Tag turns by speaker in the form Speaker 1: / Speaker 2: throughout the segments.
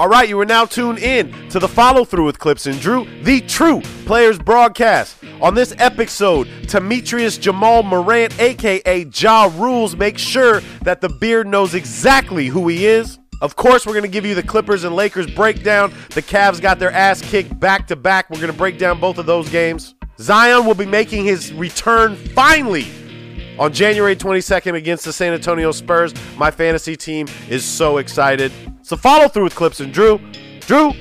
Speaker 1: All right, you are now tuned in to the follow through with Clips and Drew, the true players broadcast. On this episode, Demetrius Jamal Morant, aka Ja Rules, makes sure that the beard knows exactly who he is. Of course, we're going to give you the Clippers and Lakers breakdown. The Cavs got their ass kicked back to back. We're going to break down both of those games. Zion will be making his return finally on January 22nd against the San Antonio Spurs. My fantasy team is so excited. So follow through with Clips and Drew. Drew,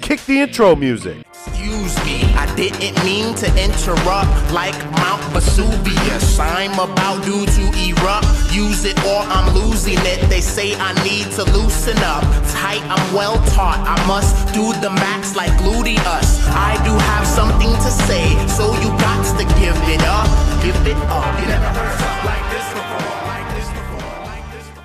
Speaker 1: kick the intro music.
Speaker 2: Excuse me, I didn't mean to interrupt like Mount Vesuvius. I'm about due to erupt. Use it or I'm losing it. They say I need to loosen up. Tight, I'm well taught. I must do the max like gluteus. I do have something to say, so you got to give it up. Give it up. You never heard something like this before. Like this before. Like this before.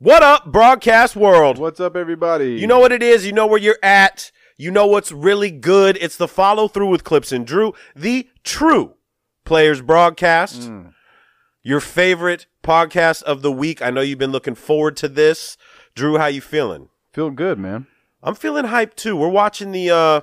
Speaker 1: What up, broadcast world?
Speaker 3: What's up, everybody?
Speaker 1: You know what it is. You know where you're at. You know what's really good. It's the follow through with Clips and Drew, the true players broadcast,
Speaker 3: Mm.
Speaker 1: your favorite podcast of the week. I know you've been looking forward to this. Drew, how you feeling?
Speaker 3: feel good, man.
Speaker 1: I'm feeling hyped too. We're watching the uh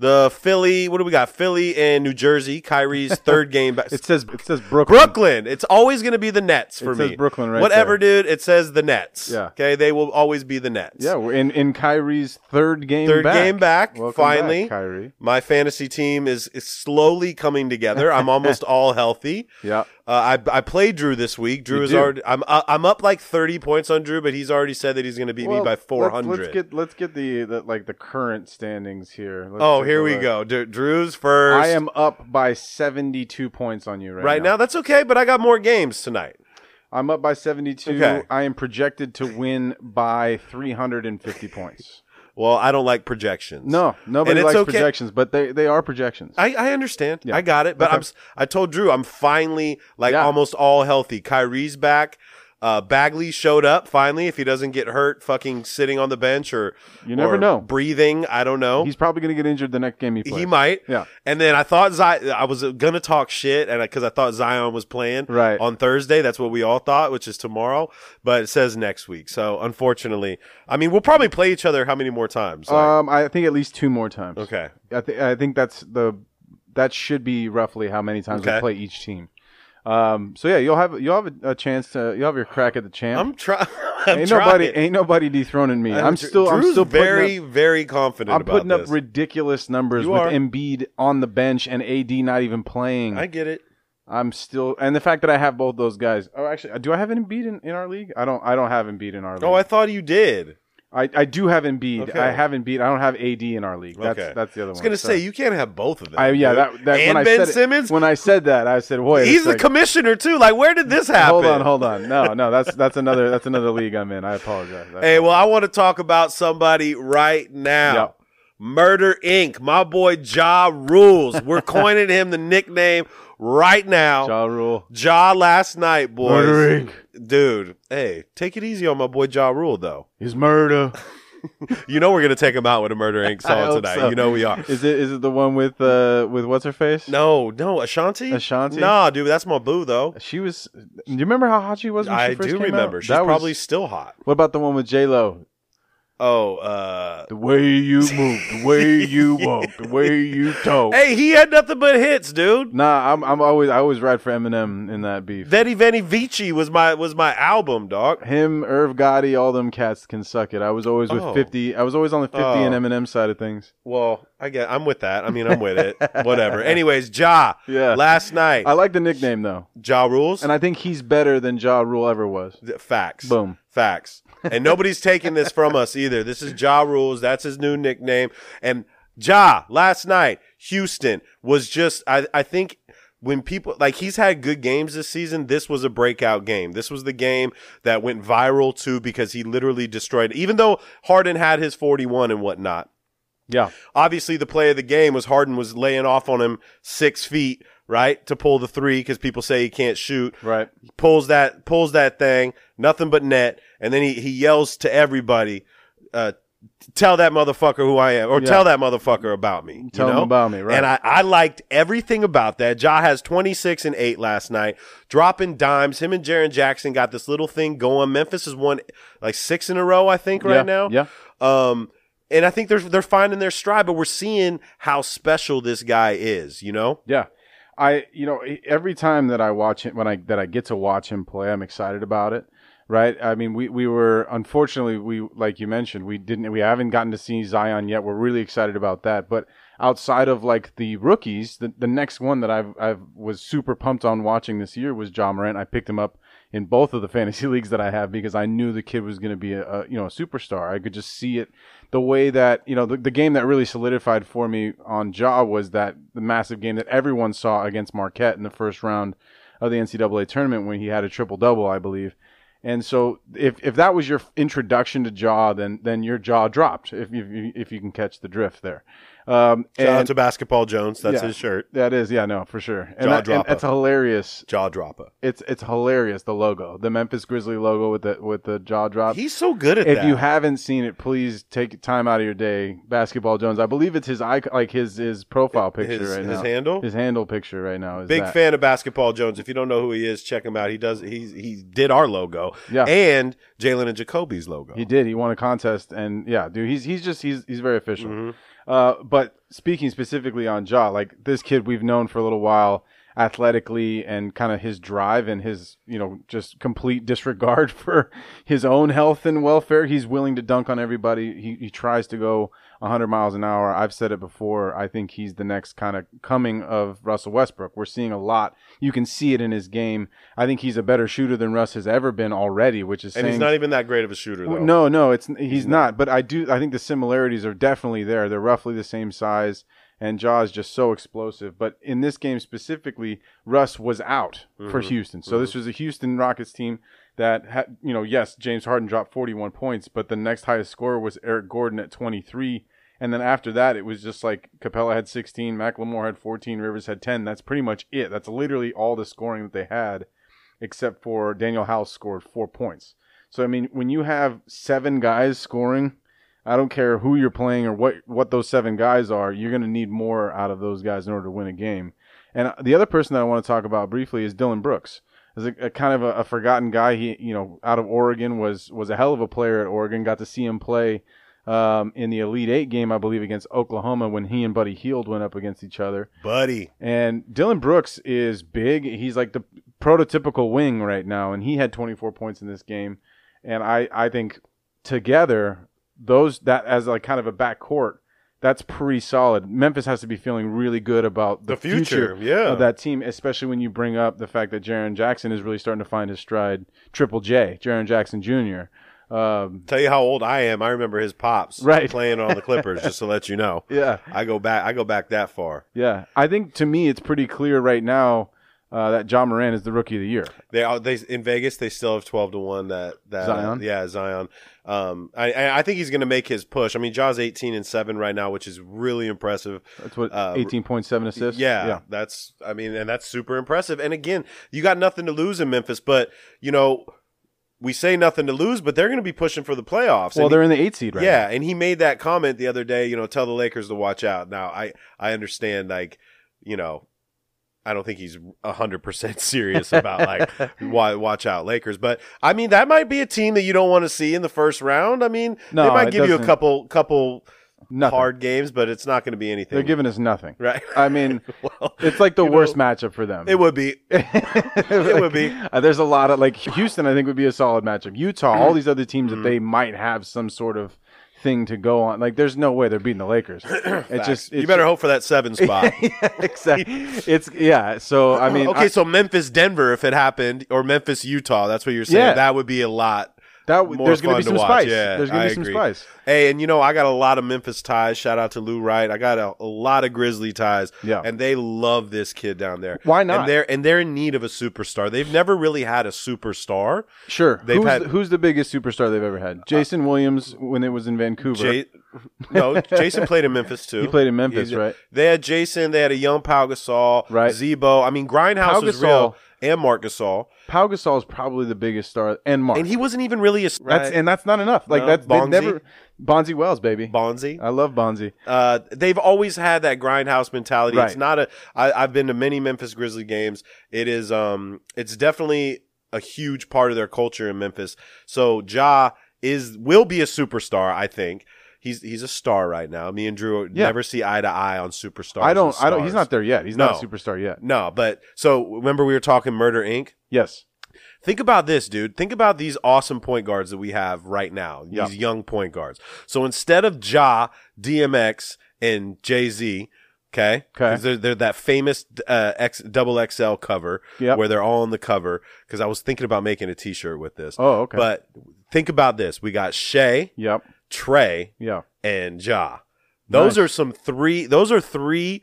Speaker 1: the Philly. What do we got? Philly and New Jersey. Kyrie's third game. Back.
Speaker 3: It says it says Brooklyn.
Speaker 1: Brooklyn. It's always going to be the Nets for
Speaker 3: It
Speaker 1: me.
Speaker 3: says Brooklyn right
Speaker 1: Whatever, dude. It says the Nets.
Speaker 3: Yeah.
Speaker 1: Okay. They will always be the Nets.
Speaker 3: Yeah, we're in in Kyrie's third game.
Speaker 1: Third
Speaker 3: back.
Speaker 1: game back,
Speaker 3: Welcome
Speaker 1: finally.
Speaker 3: back, Kyrie.
Speaker 1: My fantasy team is, is slowly coming together. I'm almost all healthy.
Speaker 3: Yeah,
Speaker 1: Uh, I I played Drew this week. Drew
Speaker 3: You
Speaker 1: is
Speaker 3: do.
Speaker 1: already. I'm uh, I'm up like 30 points on Drew, but he's already said that he's going to beat
Speaker 3: Well,
Speaker 1: me by
Speaker 3: let's-
Speaker 1: 400.
Speaker 3: Let's, get let's get the, the like the current standings here. Let's
Speaker 1: oh,
Speaker 3: take
Speaker 1: here
Speaker 3: a
Speaker 1: we
Speaker 3: look.
Speaker 1: go. Dr- Drew's first.
Speaker 3: I am up by seventy two points on you right,
Speaker 1: right, now. That's okay, but I got more games tonight.
Speaker 3: I'm up by seventy two.
Speaker 1: Okay.
Speaker 3: I am projected to win by three hundred and fifty points.
Speaker 1: Well, I don't like projections.
Speaker 3: No,
Speaker 1: And
Speaker 3: nobody
Speaker 1: it's
Speaker 3: likes
Speaker 1: okay.
Speaker 3: projections, but they they are projections.
Speaker 1: I, I understand.
Speaker 3: Yeah.
Speaker 1: I got it. But
Speaker 3: Okay.
Speaker 1: I'm s- I told Drew I'm finally like
Speaker 3: Yeah.
Speaker 1: almost all healthy. Kyrie's back. Uh, Bagley showed up finally. If he doesn't get hurt, fucking sitting on the bench or
Speaker 3: You never
Speaker 1: or
Speaker 3: know.
Speaker 1: breathing. I don't know.
Speaker 3: He's probably going to get injured the next game he plays.
Speaker 1: he might.
Speaker 3: Yeah.
Speaker 1: And then I thought Zion. I was uh, gonna talk shit, and because I, thought Zion was playing
Speaker 3: Right.
Speaker 1: on Thursday, that's what we all thought, which is tomorrow. But it says next week. So unfortunately, I mean, we'll probably play each other how many more times? Like,
Speaker 3: Um, I think at least two more times.
Speaker 1: okay.
Speaker 3: I, th- I think that's the that should be roughly how many times
Speaker 1: Okay.
Speaker 3: we play each team. Um, so yeah, you'll have you'll have a, a chance to you'll have your crack at the champ.
Speaker 1: I'm, try- I'm
Speaker 3: ain't
Speaker 1: trying. Uh,
Speaker 3: nobody ain't nobody dethroning me. I'm
Speaker 1: Dr-
Speaker 3: still
Speaker 1: Drew's
Speaker 3: I'm still putting
Speaker 1: very
Speaker 3: up,
Speaker 1: very confident.
Speaker 3: I'm
Speaker 1: about
Speaker 3: putting up
Speaker 1: this.
Speaker 3: ridiculous numbers
Speaker 1: You
Speaker 3: with
Speaker 1: are.
Speaker 3: Embiid on the bench and AD not even playing.
Speaker 1: I get it.
Speaker 3: I'm still and the fact that I have both those guys. Oh, actually, do I have an Embiid in, in our league? I don't. I don't have Embiid in our league.
Speaker 1: Oh, I thought you did.
Speaker 3: I, I do have Embiid.
Speaker 1: Okay.
Speaker 3: I have Embiid. I don't have AD in our league. That's
Speaker 1: okay,
Speaker 3: that's the
Speaker 1: I
Speaker 3: other
Speaker 1: was
Speaker 3: one.
Speaker 1: gonna
Speaker 3: So-
Speaker 1: say you can't have both of them.
Speaker 3: I, yeah,
Speaker 1: dude.
Speaker 3: that, that
Speaker 1: and
Speaker 3: when I
Speaker 1: Ben
Speaker 3: said it-
Speaker 1: Simmons.
Speaker 3: when I said that, I said, "Wait, a
Speaker 1: He's the
Speaker 3: second.
Speaker 1: commissioner too. Like, where did this happen?
Speaker 3: Hold on, hold on. No, no, that's that's another that's another league I'm in. I apologize. I
Speaker 1: Hey, well, I want to talk about somebody right now.
Speaker 3: Yep.
Speaker 1: Murder Inc. My boy Ja rules. We're coining him the nickname right now. Ja,
Speaker 3: Ja Rule.
Speaker 1: last night, boys.
Speaker 3: Murder
Speaker 1: Dude, hey, take it easy on my boy Ja Rule though.
Speaker 3: Is murder.
Speaker 1: You know we're gonna take him out with a Murder Inc.
Speaker 3: I
Speaker 1: song
Speaker 3: hope
Speaker 1: tonight.
Speaker 3: so.
Speaker 1: You know we are.
Speaker 3: Is it is it the one with uh with what's her face?
Speaker 1: No, no, Ashanti.
Speaker 3: Ashanti?
Speaker 1: Nah, dude, that's my boo though.
Speaker 3: she was. Do you remember how hot she was? When
Speaker 1: I
Speaker 3: she first
Speaker 1: do
Speaker 3: came
Speaker 1: remember.
Speaker 3: Out?
Speaker 1: She's
Speaker 3: That was-
Speaker 1: probably still hot.
Speaker 3: What about the one with J Lo?
Speaker 1: Oh, uh,
Speaker 3: The way you move, the way you walk, the way you talk.
Speaker 1: hey, he had nothing but hits, dude.
Speaker 3: Nah, I'm I'm always I always ride for Eminem in that beef.
Speaker 1: Veni Veni Vici was my was my album, dog.
Speaker 3: Him, Irv Gotti, all them cats can suck it. I was always with
Speaker 1: Oh.
Speaker 3: 50. I was always on the 50 and
Speaker 1: Oh.
Speaker 3: Eminem side of things.
Speaker 1: Well, I get I'm with that. I mean, I'm with it. Whatever. Anyways, Ja.
Speaker 3: Yeah.
Speaker 1: Last night,
Speaker 3: I like the nickname though,
Speaker 1: Ja rules.
Speaker 3: and I think he's better than Ja Rule ever was.
Speaker 1: Th- Facts.
Speaker 3: Boom.
Speaker 1: Facts. And nobody's taking this from us either. This is Ja Rules. That's his new nickname. And Ja, last night, Houston was just, I, I think when people, like, he's had good games this season. This was a breakout game. This was the game that went viral too because he literally destroyed, even though Harden had his 41 and whatnot.
Speaker 3: Yeah,
Speaker 1: Obviously, the play of the game was Harden was laying off on him six feet, right, to pull the three because people say he can't shoot
Speaker 3: right.
Speaker 1: pulls that pulls that thing, nothing but net, and then he, he yells to everybody, uh, "Tell that motherfucker who I am, or
Speaker 3: Yeah.
Speaker 1: tell that motherfucker about me." you
Speaker 3: Tell him
Speaker 1: know?
Speaker 3: about me, right.
Speaker 1: And I, I liked everything about that. Ja has twenty six and eight last night, dropping dimes. Him and Jaron Jackson got this little thing going. Memphis has won like six in a row, I think, right
Speaker 3: yeah,
Speaker 1: now.
Speaker 3: Yeah.
Speaker 1: Um, and I think they're they're finding their stride, but we're seeing how special this guy is. You know.
Speaker 3: Yeah. I you know e- every time that I watch him when I that I get to watch him play, I'm excited about it. Right? I mean, we we were unfortunately we like you mentioned we didn't we haven't gotten to see Zion yet. We're really excited about that, but outside of like the rookies, the, the next one that I've I've was super pumped on watching this year was John Morant. I picked him up in both of the fantasy leagues that I have because I knew the kid was going to be a, a you know a superstar. I could just see it the way that you know the, the game that really solidified for me on Jaw was that the massive game that everyone saw against Marquette in the first round of the NCAA tournament when he had a triple double, I believe. And so if, if that was your introduction to Jaw, then then your jaw dropped if you if you can catch the drift there. Um,
Speaker 1: Shout out
Speaker 3: and
Speaker 1: to Basketball Jones. That's
Speaker 3: Yeah.
Speaker 1: his shirt.
Speaker 3: that is yeah no for sure and,
Speaker 1: Jaw
Speaker 3: that, and
Speaker 1: dropper.
Speaker 3: it's hilarious
Speaker 1: Jaw dropper.
Speaker 3: it's it's hilarious the logo the Memphis Grizzly logo with the with the jaw drop.
Speaker 1: He's so good at
Speaker 3: if
Speaker 1: that.
Speaker 3: you haven't seen it, please take time out of your day. Basketball Jones, I believe it's his icon, like his his profile picture
Speaker 1: his,
Speaker 3: right
Speaker 1: his
Speaker 3: now.
Speaker 1: handle.
Speaker 3: His handle picture right now is
Speaker 1: Big
Speaker 3: that.
Speaker 1: fan of Basketball Jones. If you don't know who he is, check him out. He does. He's he did our logo.
Speaker 3: Yeah.
Speaker 1: and Jalen and Jacoby's logo.
Speaker 3: He did. He won a contest, and yeah, dude, he's he's just he's he's very official.
Speaker 1: Mm-hmm.
Speaker 3: Uh, but speaking specifically on Ja, like this kid we've known for a little while, athletically and kind of his drive and his you know just complete disregard for his own health and welfare. He's willing to dunk on everybody. He he tries to go 100 miles an hour. I've said it before. I think he's the next kind of coming of Russell Westbrook. We're seeing a lot. You can see it in his game. I think he's a better shooter than Russ has ever been already, which is
Speaker 1: and
Speaker 3: saying
Speaker 1: he's not even that great of a shooter though.
Speaker 3: well, Oh, No, no, it's he's, not. But I do. I think the similarities are definitely there. They're roughly the same size, and Jaw is just so explosive. But in this game specifically, Russ was out for Houston, so this was a Houston Rockets team that had, you know, yes, James Harden dropped 41 points, but the next highest scorer was Eric Gordon at 23. And then after that, it was just like Capella had 16, Macklemore had 14, Rivers had 10. That's pretty much it. That's literally all the scoring that they had, except for Daniel House scored four points. So I mean, when you have seven guys scoring, I don't care who you're playing or what what those seven guys are, you're going to need more out of those guys in order to win a game. And uh, the other person that I want to talk about briefly is Dylan Brooks. Is a, a kind of a, a forgotten guy. He, you know, out of Oregon was was a hell of a player at Oregon. Got to see him play um, in the Elite Eight game, I believe, against Oklahoma when he and Buddy Heald went up against each other.
Speaker 1: buddy.
Speaker 3: And Dylan Brooks is big. He's like the prototypical wing right now, and he had 24 points in this game. And I, I think together, those that as like kind of a backcourt, that's pretty solid. Memphis has to be feeling really good about the,
Speaker 1: The future, yeah.
Speaker 3: of that team, especially when you bring up the fact that Jaron Jackson is really starting to find his stride. Triple J, Jaron Jackson Jr. Um,
Speaker 1: Tell you how old I am. I remember his pops
Speaker 3: Right.
Speaker 1: playing on the Clippers. just to let you know.
Speaker 3: yeah,
Speaker 1: I go back. I go back that far.
Speaker 3: yeah. I think to me, it's pretty clear right now uh, that John Moran is the rookie of the year.
Speaker 1: They are they in Vegas. They still have twelve to one. That that
Speaker 3: Zion?
Speaker 1: yeah, Zion. Um, I- I I think he's going to make his push. I mean, Jaw's eighteen and seven right now, which is really impressive.
Speaker 3: That's what
Speaker 1: Uh,
Speaker 3: eighteen point seven assists.
Speaker 1: Yeah, that's I mean, and that's super impressive. And again, you got nothing to lose in Memphis, but you know, we say nothing to lose, but they're going to be pushing for the playoffs.
Speaker 3: Well,
Speaker 1: And
Speaker 3: they're in the eight seed right
Speaker 1: yeah, and he made that comment the other day. You know, tell the Lakers to watch out. Now, I I understand, like, you know, I- I don't think he's hundred percent serious about like why watch out Lakers. But I mean, that might be a team that you don't want to see in the first round. I mean,
Speaker 3: No,
Speaker 1: they might
Speaker 3: it
Speaker 1: give you a
Speaker 3: doesn't-
Speaker 1: couple couple
Speaker 3: Nothing.
Speaker 1: hard games, but it's not going to be anything.
Speaker 3: They're giving us nothing.
Speaker 1: Right.
Speaker 3: I mean,
Speaker 1: Well,
Speaker 3: it's like the
Speaker 1: you
Speaker 3: worst
Speaker 1: know,
Speaker 3: matchup for them.
Speaker 1: It would be. it would be.
Speaker 3: Uh, there's a lot of like Houston. I think would be a solid matchup. Utah, all these other teams
Speaker 1: Mm-hmm.
Speaker 3: that they might have some sort of thing to go on. Like, there's no way they're beating the Lakers. It just
Speaker 1: you better hope for that seven spot.
Speaker 3: exactly. It's yeah. So I mean,
Speaker 1: Uh, okay,
Speaker 3: I-
Speaker 1: so Memphis, Denver, if it happened, or Memphis, Utah, that's what you're saying.
Speaker 3: Yeah.
Speaker 1: That would be a lot.
Speaker 3: that w-
Speaker 1: more
Speaker 3: there's gonna
Speaker 1: fun
Speaker 3: be some
Speaker 1: watch.
Speaker 3: spice.
Speaker 1: Yeah,
Speaker 3: there's gonna
Speaker 1: I
Speaker 3: be some
Speaker 1: agree.
Speaker 3: spice.
Speaker 1: Hey, and you know, I got a lot of Memphis ties. Shout out to Lou Wright. I got a, a lot of Grizzly ties.
Speaker 3: Yeah.
Speaker 1: And they love this kid down there.
Speaker 3: Why not?
Speaker 1: And they're and they're in need of a superstar. They've never really had a superstar.
Speaker 3: Sure.
Speaker 1: They've
Speaker 3: who's,
Speaker 1: had- Uh,
Speaker 3: the, who's the biggest superstar they've ever had? Jason Williams when it was in Vancouver.
Speaker 1: Jay, no, Jason played in Memphis too.
Speaker 3: He played in Memphis, right?
Speaker 1: They had Jason. They had a young Pau Gasol,
Speaker 3: Right.
Speaker 1: Zebo. I mean, Grindhouse
Speaker 3: Pau
Speaker 1: was
Speaker 3: Gasol.
Speaker 1: real, and Mark Gasol,
Speaker 3: Pau Gasol is probably the biggest star, and Mark.
Speaker 1: and he wasn't even really a
Speaker 3: that's and that's not enough. Like
Speaker 1: No,
Speaker 3: that's they
Speaker 1: Bonzi.
Speaker 3: never Bonzi Wells, baby.
Speaker 1: Bonzi.
Speaker 3: I love Bonzi.
Speaker 1: Uh, they've always had that grindhouse mentality. It's
Speaker 3: Right.
Speaker 1: not a. I, I've been to many Memphis Grizzly games. It is. Um. It's definitely a huge part of their culture in Memphis. So Ja is will be a superstar. I think he's he's a star right now. Me and Drew
Speaker 3: Yeah.
Speaker 1: never see eye to eye on superstars.
Speaker 3: I don't.
Speaker 1: and
Speaker 3: I don't. He's
Speaker 1: stars.
Speaker 3: not there yet. He's not a
Speaker 1: No.
Speaker 3: superstar yet.
Speaker 1: No, but so remember we were talking Murder Inc.
Speaker 3: Yes.
Speaker 1: Think about this, dude. Think about these awesome point guards that we have right now,
Speaker 3: Yeah.
Speaker 1: these young point guards. So instead of Ja, DMX, and Jay Z, okay? 'Cause They're, they're that famous uh, X, double XL cover
Speaker 3: Yep.
Speaker 1: where they're all on the cover. Because I was thinking about making a t shirt with this.
Speaker 3: Oh, okay.
Speaker 1: But think about this we got Shay,
Speaker 3: Yep.
Speaker 1: Trey,
Speaker 3: Yeah.
Speaker 1: and Ja. Those
Speaker 3: Nice.
Speaker 1: are some three, those are three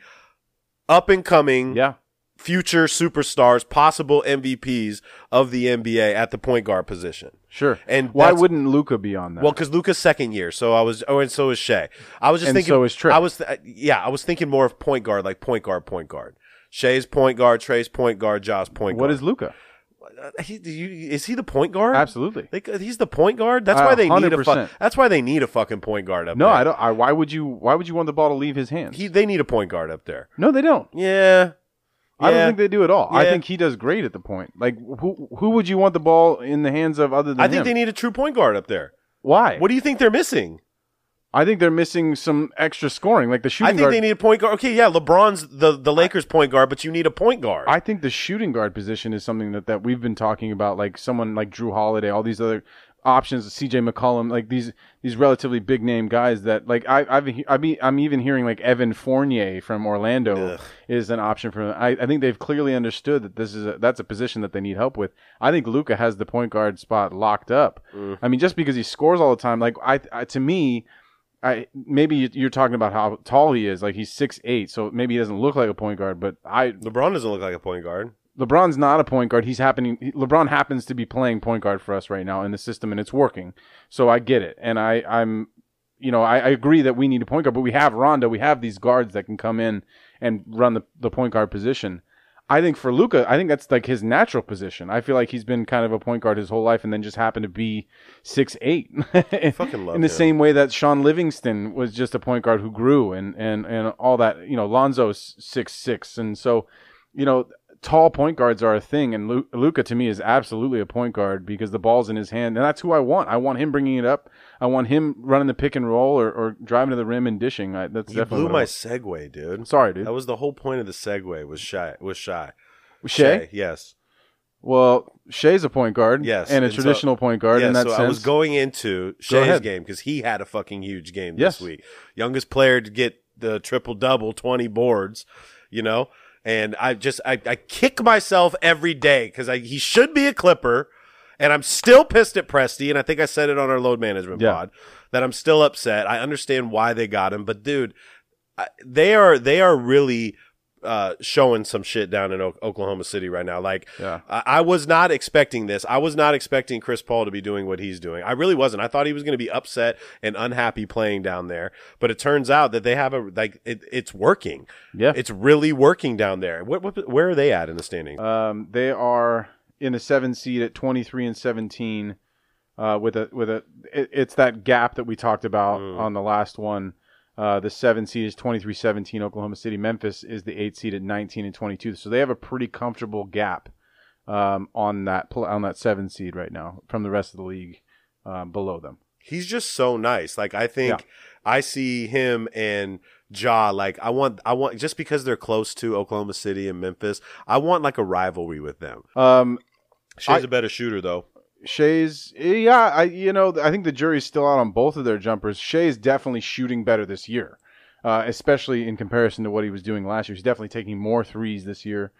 Speaker 1: up and coming
Speaker 3: Yeah.
Speaker 1: future superstars, possible MVPs of the NBA at the point guard position.
Speaker 3: Sure.
Speaker 1: And
Speaker 3: why
Speaker 1: that's-
Speaker 3: wouldn't Luca be on that?
Speaker 1: Well, because Luca's second year, so I was, oh, and so is Shea. I was just
Speaker 3: And
Speaker 1: thinking,
Speaker 3: so is Trey.
Speaker 1: I was, th- yeah, I was thinking more of point guard, like point guard, point guard. Shea's point guard, Trey's point guard, Josh point
Speaker 3: what
Speaker 1: guard.
Speaker 3: is Luca?
Speaker 1: Uh, he, do you- is he the point guard?
Speaker 3: Absolutely.
Speaker 1: They, c- he's the point guard. That's
Speaker 3: Uh,
Speaker 1: why they need a. Fu-
Speaker 3: 100%.
Speaker 1: that's why they need a fucking point guard up
Speaker 3: No,
Speaker 1: there.
Speaker 3: I don't. I, why would you? Why would you want the ball to leave his hands?
Speaker 1: He, they need a point guard up there.
Speaker 3: no, they don't.
Speaker 1: Yeah.
Speaker 3: I don't
Speaker 1: Yeah.
Speaker 3: think they do at all. I
Speaker 1: Yeah.
Speaker 3: think he does great at the point. Like who? Who would you want the ball in the hands of other than
Speaker 1: I think
Speaker 3: him?
Speaker 1: they need a true point guard up there.
Speaker 3: why?
Speaker 1: What do you think they're missing?
Speaker 3: I think they're missing some extra scoring, like the shooting
Speaker 1: I think
Speaker 3: guard.
Speaker 1: they need a point guard. Okay, yeah, LeBron's the, the Lakers point guard, but you need a point guard.
Speaker 3: I think the shooting guard position is something that, that we've been talking about, like someone like Drew Holiday, all these other options, CJ McCollum, like these these relatively big name guys that like I I've he- I be, I'm even hearing like Evan Fournier from Orlando is an option for them. I, I think they've clearly understood that this is a, that's a position that they need help with. I think Luca has the point guard spot locked up. I mean, just because he scores all the time, like I, I to me. I maybe you- you're talking about how tall he is. Like he's six eight, so maybe he doesn't look like a point guard. But I
Speaker 1: LeBron doesn't look like a point guard.
Speaker 3: LeBron's not a point guard. He's happening. he- LeBron happens to be playing point guard for us right now in the system, and it's working. So I get it, and I, I'm, you know, I, I agree that we need a point guard, but we have Rondo. We have these guards that can come in and run the, the point guard position. I think for Luca, I think that's like his natural position. I feel like he's been kind of a point guard his whole life, and then just happened to be six eight.
Speaker 1: Fucking love
Speaker 3: in the
Speaker 1: him.
Speaker 3: same way that Sean Livingston was just a point guard who grew, and and and all that. You know, Lonzo's six six, and so you know, tall point guards are a thing, and Luca to me is absolutely a point guard because the ball's in his hand, and that's who I want. I want him bringing it up. I want him running the pick and roll or, or driving to the rim and dishing. I, that's
Speaker 1: You
Speaker 3: definitely.
Speaker 1: blew
Speaker 3: what I
Speaker 1: my
Speaker 3: want.
Speaker 1: segue, dude.
Speaker 3: Sorry, dude.
Speaker 1: That was the whole point of the segue was shy was shy.
Speaker 3: Shea?
Speaker 1: yes.
Speaker 3: Well, Shea's a point guard,
Speaker 1: Yes,
Speaker 3: and a
Speaker 1: and so-
Speaker 3: traditional point guard
Speaker 1: Yeah,
Speaker 3: in that
Speaker 1: so
Speaker 3: sense.
Speaker 1: I was going into Shea's
Speaker 3: ahead.
Speaker 1: game because he had a fucking huge game
Speaker 3: Yes.
Speaker 1: this week. Youngest player to get the triple double, twenty boards, you know. And I just I, I kick myself every day because he should be a Clipper, and I'm still pissed at Presty. And I think I said it on our load management
Speaker 3: Yeah.
Speaker 1: pod that I'm still upset. I understand why they got him, but dude, I- they are they are really uh, showing some shit down in o- Oklahoma City right now. Like,
Speaker 3: Yeah.
Speaker 1: I-, I was not expecting this. I was not expecting Chris Paul to be doing what he's doing. I really wasn't. I thought he was going to be upset and unhappy playing down there, but it turns out that they have a like it, it's working.
Speaker 3: Yeah.
Speaker 1: it's really working down there. What, what where are they at in the standings?
Speaker 3: Um, they are in the seven seed at 23 and 17 uh, with a with a it, it's that gap that we talked about on the last one Uh, the seven seed is 23 17. Oklahoma City. Memphis is the eight seed at 19 and 22. So they have a pretty comfortable gap um, on that pl- on that seven seed right now from the rest of the league uh, below them.
Speaker 1: he's just so nice. Like I think I see him and Ja. Like I want, I want just because they're close to Oklahoma City and Memphis, I want like a rivalry with them.
Speaker 3: Um,
Speaker 1: Shea's
Speaker 3: I-
Speaker 1: a better shooter though.
Speaker 3: Shays, yeah, I you know I think the jury's still out on both of their jumpers. Shay's definitely shooting better this year, uh, especially in comparison to what he was doing last year. He's definitely taking more threes this year.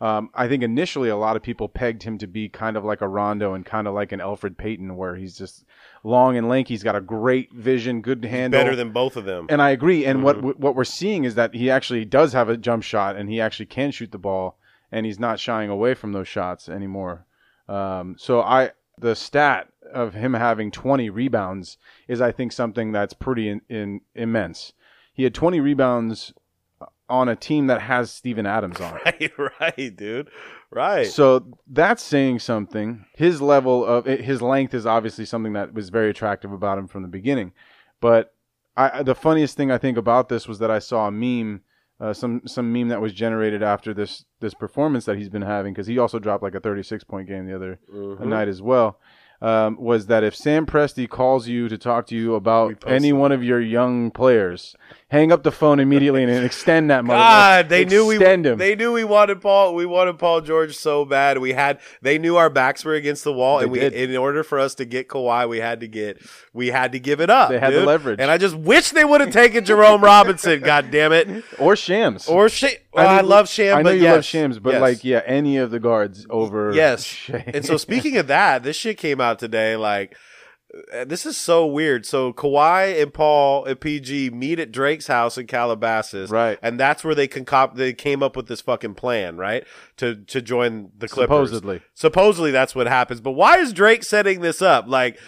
Speaker 3: Um, I think initially a lot of people pegged him to be kind of like a Rondo and kind of like an Alfred Payton, where he's just long and lanky. He's got a great vision, good handle,
Speaker 1: Better than both of them.
Speaker 3: and I agree. And what what what we're seeing is that he actually does have a jump shot, and he actually can shoot the ball, and he's not shying away from those shots anymore. Um, so I the stat of him having 20 rebounds is I think something that's pretty in, in, immense. He had 20 rebounds uh, on a team that has Steven Adams on it.
Speaker 1: right, right, dude. Right.
Speaker 3: So that's saying something. His level of eh, his length is obviously something that was very attractive about him from the beginning. But I, the funniest thing I think about this was that I saw a meme, uh, some some meme that was generated after this this performance that he's been having because he also dropped like a 36 point game the other
Speaker 1: Mm-hmm.
Speaker 3: night as well. Um, was that if Sam Presti calls you to talk to you about any one of your young players, hang up the phone immediately and extend that mother-
Speaker 1: God, they knew we
Speaker 3: extend him.
Speaker 1: They knew we wanted Paul. We wanted Paul George so bad. We had. They knew our backs were against the wall, and we,
Speaker 3: did.
Speaker 1: in order for us to get Kawhi, we had to get. We had to give it up.
Speaker 3: They had the
Speaker 1: dude.
Speaker 3: leverage.
Speaker 1: and I just wish they would have taken Jerome Robinson. God damn it!
Speaker 3: or Shams
Speaker 1: Or Sham. Well, I,
Speaker 3: know-
Speaker 1: love Sham.
Speaker 3: I know
Speaker 1: but
Speaker 3: you
Speaker 1: yes.
Speaker 3: love Shams, but
Speaker 1: Yes.
Speaker 3: like, yeah, any of the guards over.
Speaker 1: Yes.
Speaker 3: Shams.
Speaker 1: And so speaking of that, this shit came out today. Like, uh, this is so weird. So Kawhi and Paul and PG meet at Drake's house in Calabasas,
Speaker 3: Right.
Speaker 1: And that's where they concoct. They came up with this fucking plan, right? To to join the Clippers.
Speaker 3: Supposedly.
Speaker 1: supposedly that's what happens. But why is Drake setting this up? Like.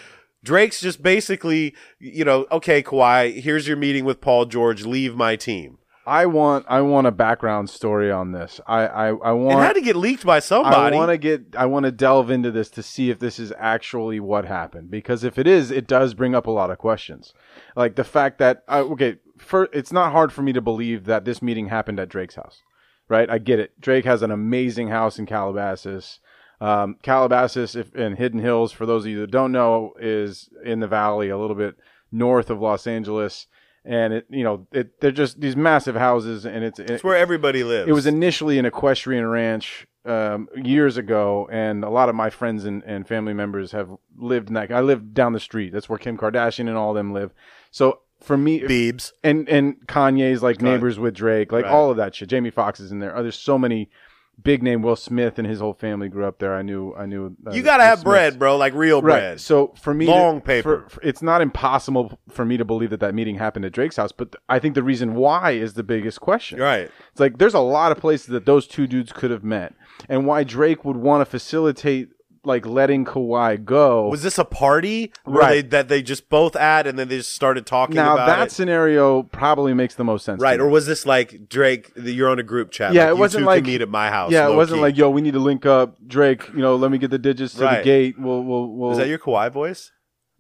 Speaker 1: Drake's just basically, you know, okay, Kawhi, here's your meeting with Paul George. Leave my team.
Speaker 3: I want, I want a background story on this. I, I, I want.
Speaker 1: it had to get leaked by
Speaker 3: I
Speaker 1: somebody.
Speaker 3: want to get, I want to delve into this to see if this is actually what happened. Because if it is, it does bring up a lot of questions, like the fact that, I, okay, for, it's not hard for me to believe that this meeting happened at Drake's house, right? I get it. Drake has an amazing house in Calabasas. Um, Calabasas if, and Hidden Hills, for those of you that don't know, is in the valley a little bit north of Los Angeles. And it, you know, it, they're just these massive houses, and it's
Speaker 1: it's where everybody lives.
Speaker 3: it was initially an equestrian ranch um, years ago, and a lot of my friends and, and family members have lived in that. I lived down the street. That's where Kim Kardashian and all them live. So for me,
Speaker 1: Biebs.
Speaker 3: and and Kanye's like neighbors with Drake, like
Speaker 1: Right.
Speaker 3: all of that shit. Jamie Foxx is in there. Oh, there's so many big name. Will Smith and his whole family grew up there. I knew. I knew. uh,
Speaker 1: You gotta
Speaker 3: the
Speaker 1: have
Speaker 3: Smiths.
Speaker 1: bread, bro, like real
Speaker 3: Right.
Speaker 1: bread.
Speaker 3: So for me,
Speaker 1: Long
Speaker 3: to-
Speaker 1: paper.
Speaker 3: for- for- it's not impossible for me to believe that that meeting happened at Drake's house, but th- I think the reason why is the biggest question.
Speaker 1: Right.
Speaker 3: It's like there's a lot of places that those two dudes could have met, and why Drake would want to facilitate like letting Kawhi go.
Speaker 1: Was this a party where
Speaker 3: Oh.
Speaker 1: they,
Speaker 3: Right.
Speaker 1: that they just both at and then they just started talking
Speaker 3: now
Speaker 1: about
Speaker 3: that
Speaker 1: it?
Speaker 3: scenario probably makes the most sense. to
Speaker 1: Right,
Speaker 3: me.
Speaker 1: or was this like Drake? the- You're on a group chat.
Speaker 3: Yeah,
Speaker 1: like,
Speaker 3: it
Speaker 1: you
Speaker 3: wasn't
Speaker 1: two
Speaker 3: like-
Speaker 1: can meet at my house.
Speaker 3: yeah, it
Speaker 1: low
Speaker 3: wasn't
Speaker 1: key.
Speaker 3: like yo, we need to link up, Drake. You know, let me get the digits to the
Speaker 1: Right.
Speaker 3: gate. We'll, we'll, we'll.
Speaker 1: Is that your Kawhi voice?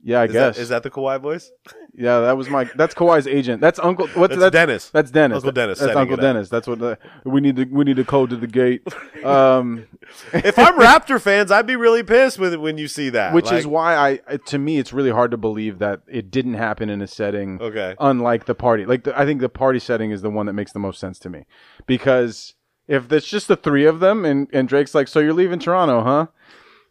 Speaker 3: Yeah, I
Speaker 1: Is
Speaker 3: guess.
Speaker 1: That, is that the Kawhi voice?
Speaker 3: Yeah, that was my. That's Kawhi's agent. That's Uncle. What's
Speaker 1: That's
Speaker 3: that?
Speaker 1: Dennis.
Speaker 3: That's Dennis.
Speaker 1: Uncle Dennis
Speaker 3: That's
Speaker 1: setting
Speaker 3: Uncle
Speaker 1: it up.
Speaker 3: Dennis. That's what the, we need. To, we need a code to the gate. Um,
Speaker 1: if I'm Raptor fans, I'd be really pissed with when you see that.
Speaker 3: which
Speaker 1: Like,
Speaker 3: is why I, I- to me, it's really hard to believe that it didn't happen in a setting.
Speaker 1: Okay.
Speaker 3: Unlike the party, like the, I think the party setting is the one that makes the most sense to me, because if it's just the three of them and and Drake's like, so you're leaving Toronto, huh?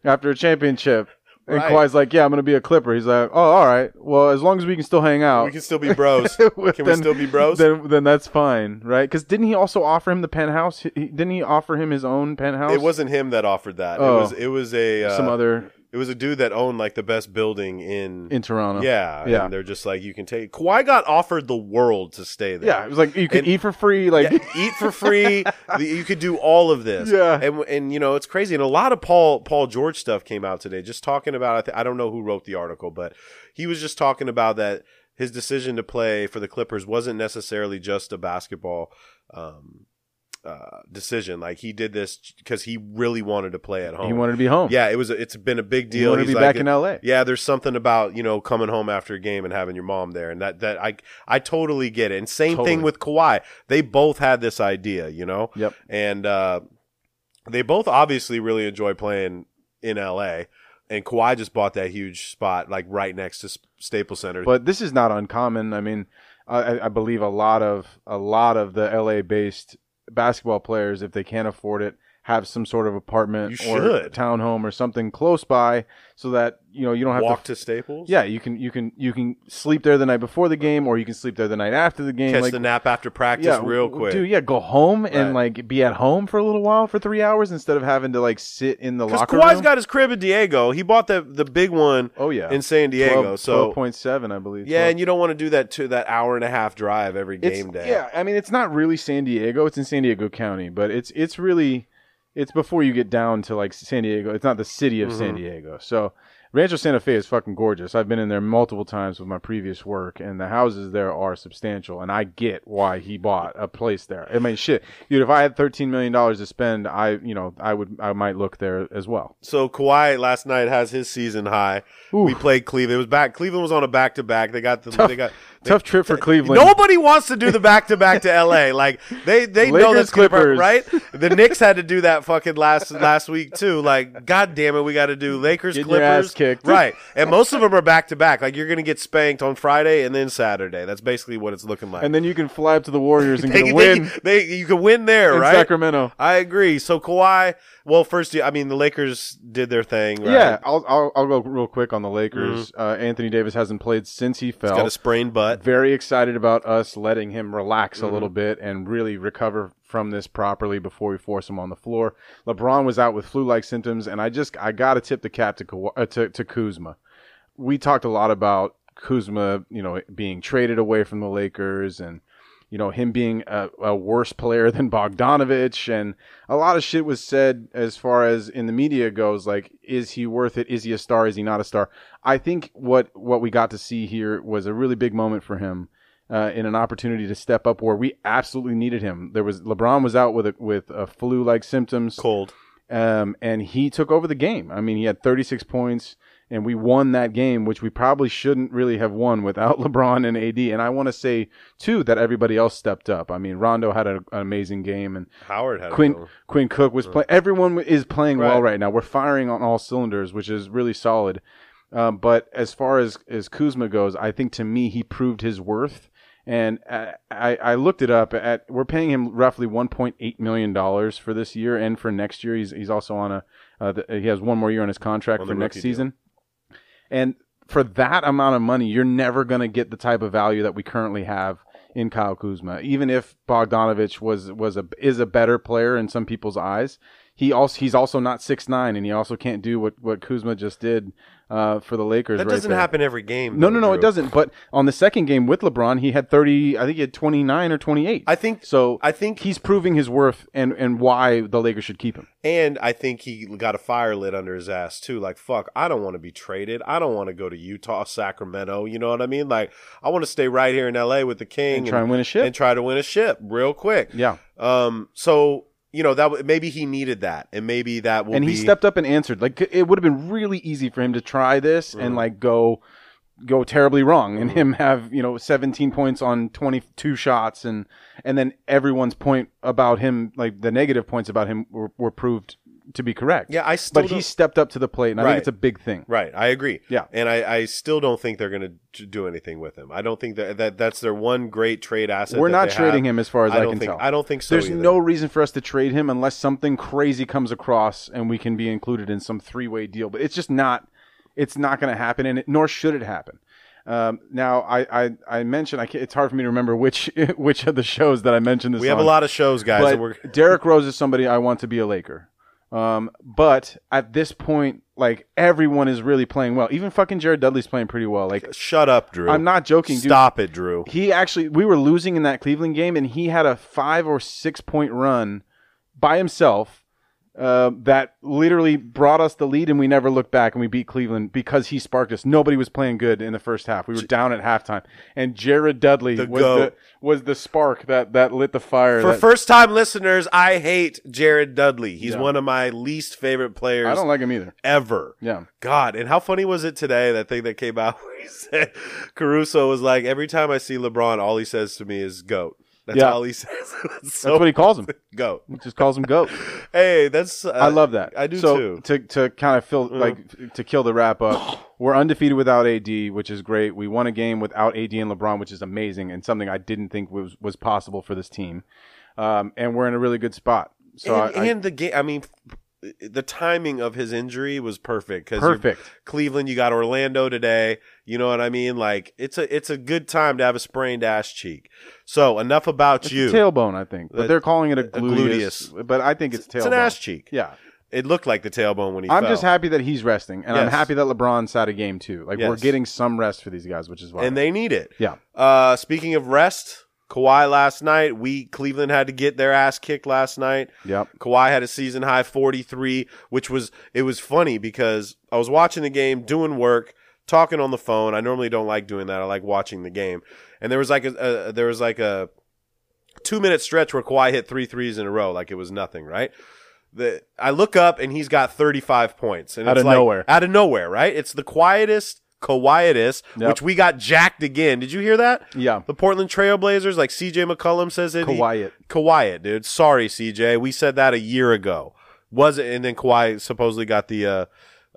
Speaker 3: After a championship. And
Speaker 1: Right.
Speaker 3: Kawhi's like, yeah, I'm gonna be a Clipper. He's like, oh, all right. Well, as long as we can still hang out,
Speaker 1: we can still be bros. can
Speaker 3: Well,
Speaker 1: we still be bros?
Speaker 3: Then, then that's fine, right? Because didn't he also offer him the penthouse? He, he- didn't he offer him his own penthouse?
Speaker 1: it wasn't him that offered that.
Speaker 3: Oh.
Speaker 1: It was it was a uh,
Speaker 3: some other
Speaker 1: It was a dude that owned like the best building in
Speaker 3: in Toronto.
Speaker 1: Yeah,
Speaker 3: yeah,
Speaker 1: And they're just like you can take. Kawhi got offered the world to stay there.
Speaker 3: yeah. It was like you could
Speaker 1: And-
Speaker 3: eat for free, like
Speaker 1: Yeah, eat for free. The- you could do all of this.
Speaker 3: Yeah.
Speaker 1: and and you know it's crazy. And a lot of Paul Paul George stuff came out today. Just talking about I, th- I don't know who wrote the article, but he was just talking about that his decision to play for the Clippers wasn't necessarily just a basketball. Um, uh, decision. Like he did this because he really wanted to play at home.
Speaker 3: He wanted to be home.
Speaker 1: Yeah, it was. A, it's been a big
Speaker 3: He
Speaker 1: deal.
Speaker 3: wanted to
Speaker 1: He's
Speaker 3: be
Speaker 1: like,
Speaker 3: back in LA.
Speaker 1: Yeah, there's something about you know coming home after a game and having your mom there, and that that I I totally get it. And same
Speaker 3: Totally.
Speaker 1: thing with Kawhi. They both had this idea, you know.
Speaker 3: Yep.
Speaker 1: And uh, they both obviously really enjoy playing in LA. And Kawhi just bought that huge spot, like right next to S- Staples Center.
Speaker 3: But this is not uncommon. I mean, I, I- I believe a lot of a lot of the LA-based basketball players, if they can't afford it, have some sort of apartment
Speaker 1: You
Speaker 3: or
Speaker 1: should.
Speaker 3: townhome or something close by, so that you know you don't have
Speaker 1: walk to,
Speaker 3: to.
Speaker 1: Staples.
Speaker 3: yeah, you can you can you can sleep there the night before the game, or you can sleep there the night after the game.
Speaker 1: catch
Speaker 3: like,
Speaker 1: the nap after practice real quick.
Speaker 3: dude. Yeah, go home and
Speaker 1: Right.
Speaker 3: like be at home for a little while for three hours instead of having to like sit in the
Speaker 1: Because
Speaker 3: locker
Speaker 1: Kawhi's
Speaker 3: room.
Speaker 1: got his crib in Diego. He bought the the big one
Speaker 3: oh yeah,
Speaker 1: in San Diego. so
Speaker 3: twelve point seven, I believe.
Speaker 1: yeah, and you don't want to do that to that hour and a half drive every
Speaker 3: It's-
Speaker 1: game day.
Speaker 3: Yeah, I mean it's not really San Diego. It's in San Diego County, but it's it's really it's before you get down to like San Diego. It's not the city of San Diego. So Rancho Santa Fe is fucking gorgeous. I've been in there multiple times with my previous work, and the houses there are substantial. And I get why he bought a place there. I mean, shit, dude. If I had thirteen million dollars to spend, I you know I would I might look there as well.
Speaker 1: So Kawhi last night has his season high. We played Cleveland. It was back. Cleveland was on a back to back. They got the they got they-
Speaker 3: Tough trip for Cleveland.
Speaker 1: Nobody wants to do the back to back to L.A. Like they they know
Speaker 3: Lakers,
Speaker 1: that's gonna hurt,
Speaker 3: Clippers.
Speaker 1: right? The Knicks had to do that fucking last last week too. Like, god damn it, we got to do Lakers
Speaker 3: Getting your
Speaker 1: Clippers,
Speaker 3: ass kicked.
Speaker 1: right? And most of them are back to back. Like you're gonna get spanked on Friday and then Saturday. That's basically what it's looking like.
Speaker 3: And then you can fly up to the Warriors and
Speaker 1: they,
Speaker 3: get a
Speaker 1: they-
Speaker 3: win
Speaker 1: they- you can win there,
Speaker 3: in
Speaker 1: right?
Speaker 3: Sacramento.
Speaker 1: I agree. So Kawhi, well, first, I mean, the Lakers did their thing. Right?
Speaker 3: Yeah, I'll, I'll I'll go real quick on the Lakers. Uh, Anthony Davis hasn't played since he fell.
Speaker 1: got a sprained butt.
Speaker 3: Very excited about us letting him relax a little bit and really recover from this properly before we force him on the floor. LeBron was out with flu-like symptoms, and I just I gotta tip the cap to Kawa- uh, to, to Kuzma. We talked a lot about Kuzma, you know, being traded away from the Lakers and you know, him being a, a worse player than Bogdanovich. And a lot of shit was said as far as in the media goes, like, is he worth it? Is he a star? Is he not a star? I think what, what we got to see here was a really big moment for him. Uh, in an opportunity to step up where we absolutely needed him, there was LeBron was out with a, with a flu-like symptoms
Speaker 1: Cold.
Speaker 3: um, and he took over the game. I mean, he had 36 points, and we won that game, which we probably shouldn't really have won without LeBron and AD. And I want to say too that everybody else stepped up. I mean, Rondo had a, an amazing game, and
Speaker 1: Howard had a
Speaker 3: Quinn
Speaker 1: little-
Speaker 3: Quinn Cook was playing. Everyone is playing well
Speaker 1: Right.
Speaker 3: right now. We're firing on all cylinders, which is really solid. Um, but as far as as Kuzma goes, I think to me he proved his worth. And I, I I looked it up. At we're paying him roughly 1.8 million dollars for this year and for next year. He's he's also on a uh, the, he has one more year on his contract
Speaker 1: On
Speaker 3: for
Speaker 1: the
Speaker 3: next
Speaker 1: rookie deal.
Speaker 3: season. And for that amount of money, you're never going to get the type of value that we currently have in Kyle Kuzma. Even if Bogdanovich was was a is a better player in some people's eyes, he also he's also not six nine, and he also can't do what what Kuzma just did uh, for the Lakers.
Speaker 1: That
Speaker 3: right
Speaker 1: doesn't
Speaker 3: there.
Speaker 1: happen every game.
Speaker 3: No,
Speaker 1: though,
Speaker 3: no, no, it
Speaker 1: Drew.
Speaker 3: doesn't. But on the second game with LeBron, he had thirty. I think he had twenty nine or twenty eight.
Speaker 1: I think
Speaker 3: so.
Speaker 1: I think
Speaker 3: he's proving his worth and and why the Lakers should keep him.
Speaker 1: And I think he got a fire lit under his ass too. Like, fuck, I don't want to be traded. I don't want to go to Utah, Sacramento. You know what I mean? Like, I want to stay right here in LA with the King
Speaker 3: And try and win a ship.
Speaker 1: and try to win a ship real quick.
Speaker 3: Yeah.
Speaker 1: Um. So you know that w- maybe he needed that, and maybe that will.
Speaker 3: and
Speaker 1: be,
Speaker 3: he stepped up and answered. Like it would have been really easy for him to try this and like go go terribly wrong and him have you know 17 points on 22 shots and and then everyone's point about him like the negative points about him were, were proved to be correct
Speaker 1: Yeah, I still
Speaker 3: but he
Speaker 1: don't-
Speaker 3: stepped up to the plate and i
Speaker 1: Right.
Speaker 3: think it's a big thing
Speaker 1: Right, I agree.
Speaker 3: Yeah.
Speaker 1: and I, I still don't think they're going to do anything with him. I don't think that, that that's their one great trade asset.
Speaker 3: we're
Speaker 1: that
Speaker 3: not
Speaker 1: they
Speaker 3: trading
Speaker 1: have.
Speaker 3: him as far as i,
Speaker 1: don't
Speaker 3: can
Speaker 1: think,
Speaker 3: tell
Speaker 1: I don't think so.
Speaker 3: there's
Speaker 1: either.
Speaker 3: no reason for us to trade him unless something crazy comes across and we can be included in some three-way deal. But it's just not, it's not going to happen, and it, nor should it happen. Um, now, I, I I mentioned I can't, it's hard for me to remember which which of the shows that I mentioned this.
Speaker 1: We have a
Speaker 3: on,
Speaker 1: lot of shows, guys. and we're,
Speaker 3: but Derrick Rose is somebody I want to be a Laker. Um, but at this point, like everyone is really playing well. Even fucking Jared Dudley's playing pretty well. Like
Speaker 1: shut up, Drew.
Speaker 3: I'm not joking, dude.
Speaker 1: Stop it, Drew.
Speaker 3: He actually, we were losing in that Cleveland game, and he had a five or six point run by himself uh, that literally brought us the lead, and we never looked back, and we beat Cleveland because he sparked us. Nobody was playing good in the first half. We were down at halftime, and Jared Dudley
Speaker 1: The
Speaker 3: was
Speaker 1: goat.
Speaker 3: the was the spark that that lit the fire.
Speaker 1: For
Speaker 3: that-
Speaker 1: first time listeners, I hate Jared Dudley. He's one of my least favorite players
Speaker 3: I don't like him either.
Speaker 1: ever.
Speaker 3: Yeah.
Speaker 1: God, and how funny was it today, that thing that came out where he said Caruso was like, every time I see LeBron, all he says to me is goat. That's
Speaker 3: Yeah.
Speaker 1: all he says. It's
Speaker 3: That's
Speaker 1: so
Speaker 3: what he calls him.
Speaker 1: goat.
Speaker 3: He just calls him goat.
Speaker 1: Hey, that's uh,
Speaker 3: I love that.
Speaker 1: I do
Speaker 3: so
Speaker 1: too. Mm.
Speaker 3: To to kind of fill like to kill the wrap up. We're undefeated without AD, which is great. We won a game without AD and LeBron, which is amazing and something I didn't think was was possible for this team. Um, and we're in a really good spot. So
Speaker 1: and,
Speaker 3: I, I-
Speaker 1: and the game. I mean, the timing of his injury was perfect. Cause
Speaker 3: Perfect.
Speaker 1: you're- Cleveland, you got Orlando today. You know what I mean? Like it's a it's a good time to have a sprained ass cheek. So enough about
Speaker 3: it's
Speaker 1: you.
Speaker 3: a tailbone, I think, but
Speaker 1: The-
Speaker 3: they're calling it a
Speaker 1: a
Speaker 3: gluteus. But I think it's tailbone.
Speaker 1: It's an ass cheek.
Speaker 3: Yeah,
Speaker 1: It looked like the tailbone when he.
Speaker 3: I'm
Speaker 1: fell.
Speaker 3: just happy that he's resting, and I'm
Speaker 1: Yes.
Speaker 3: happy that LeBron's out of game too. Like we're
Speaker 1: Yes.
Speaker 3: getting some rest for these guys, which is why.
Speaker 1: and they need it.
Speaker 3: yeah,
Speaker 1: Uh, speaking of rest, Kawhi last night. We Cleveland had to get their ass kicked last night.
Speaker 3: yep.
Speaker 1: Kawhi had a season high 43, which was it was funny because I was watching the game, doing work, talking on the phone. I normally don't like doing that. I like watching the game. And there was like a, a there was like a two minute stretch where Kawhi hit three threes in a row, like it was nothing, right? The, I look up and he's got 35 points, and
Speaker 3: Out
Speaker 1: it's
Speaker 3: of
Speaker 1: like-
Speaker 3: nowhere.
Speaker 1: out of nowhere, right? It's the quietest, Kawhietest,
Speaker 3: Yep.
Speaker 1: which we got jacked again. Did you hear that?
Speaker 3: Yeah.
Speaker 1: The Portland Trailblazers, like CJ McCollum says it. he-
Speaker 3: Kawhi it.
Speaker 1: Kawhi, dude. Sorry, CJ. We said that a year ago. Was it? And then Kawhi supposedly got the uh,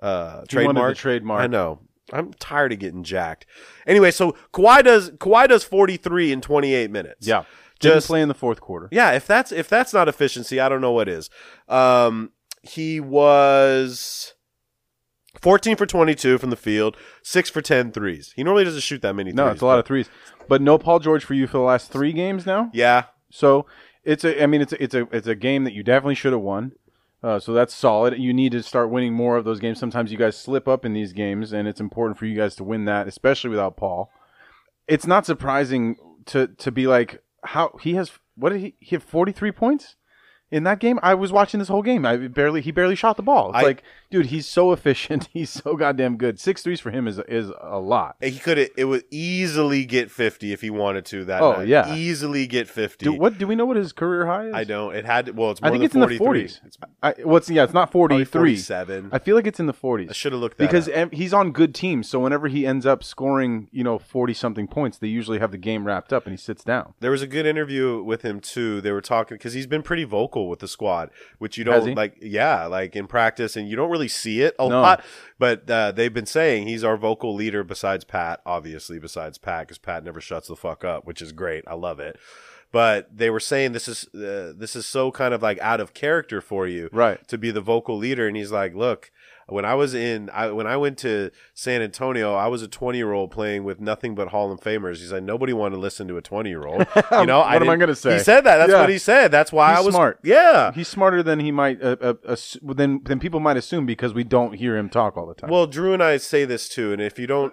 Speaker 1: uh,
Speaker 3: He wanted the
Speaker 1: trademark.
Speaker 3: trademark.
Speaker 1: I know. I'm tired of getting jacked. Anyway, so Kawhi does Kawhi does 43 in 28 minutes.
Speaker 3: Yeah,
Speaker 1: Just-
Speaker 3: just play in the fourth quarter.
Speaker 1: Yeah, if that's if that's not efficiency, I don't know what is. Um, he was 14 for 22 from the field, 6 for 10 threes. He normally doesn't shoot that many threes.
Speaker 3: No, it's a lot
Speaker 1: but-
Speaker 3: of threes. But no Paul George for you for the last three games now.
Speaker 1: Yeah.
Speaker 3: So it's a. I mean, it's a, it's a it's a game that you definitely should have won. Uh, so that's solid. You need to start winning more of those games. Sometimes you guys slip up in these games, and it's important for you guys to win that, especially without Paul. It's not surprising to to be like how he has. What did he? He had forty three points in that game. I was watching this whole game. I barely he barely shot the ball. It's
Speaker 1: I-
Speaker 3: like, dude, he's so efficient. He's so goddamn good. Six threes for him is is a lot.
Speaker 1: He could it would easily get 50 if he wanted to that
Speaker 3: Oh,
Speaker 1: night.
Speaker 3: yeah.
Speaker 1: Easily get 50.
Speaker 3: Do, what do we know? What his career high is?
Speaker 1: I don't. It had to, well, it's more
Speaker 3: I think
Speaker 1: than
Speaker 3: it's in
Speaker 1: 43.
Speaker 3: the forties. I what's yeah, it's not forty
Speaker 1: Probably
Speaker 3: three.
Speaker 1: 47.
Speaker 3: I feel like it's in the
Speaker 1: I
Speaker 3: forties
Speaker 1: should have looked that
Speaker 3: because
Speaker 1: up.
Speaker 3: em- he's on good teams. So whenever he ends up scoring, you know, forty something points, they usually have the game wrapped up and he sits down.
Speaker 1: there was a good interview with him too. They were talking cuz he's been pretty vocal with the squad, which you
Speaker 3: Has he?
Speaker 1: don't like yeah, like in practice and you don't really see it a
Speaker 3: No.
Speaker 1: lot, but uh, they've been saying he's our vocal leader besides Pat, obviously besides Pat cuz Pat never shuts the fuck up, which is great. I love it. But they were saying this is uh, this is so kind of like out of character for you.
Speaker 3: Right.
Speaker 1: to be the vocal leader and he's like look when i was in I, when i went to san antonio i was a 20 year old playing with nothing but hall of famers he's like nobody wanted to listen to a 20 year old you know
Speaker 3: What am I
Speaker 1: didn't-
Speaker 3: gonna say?
Speaker 1: he said that that's
Speaker 3: Yeah.
Speaker 1: what he said that's why
Speaker 3: He's
Speaker 1: i was
Speaker 3: smart.
Speaker 1: yeah
Speaker 3: He's smarter than he might uh, uh, ass- than than people might assume because we don't hear him talk all the time.
Speaker 1: well drew and i say this too and if you don't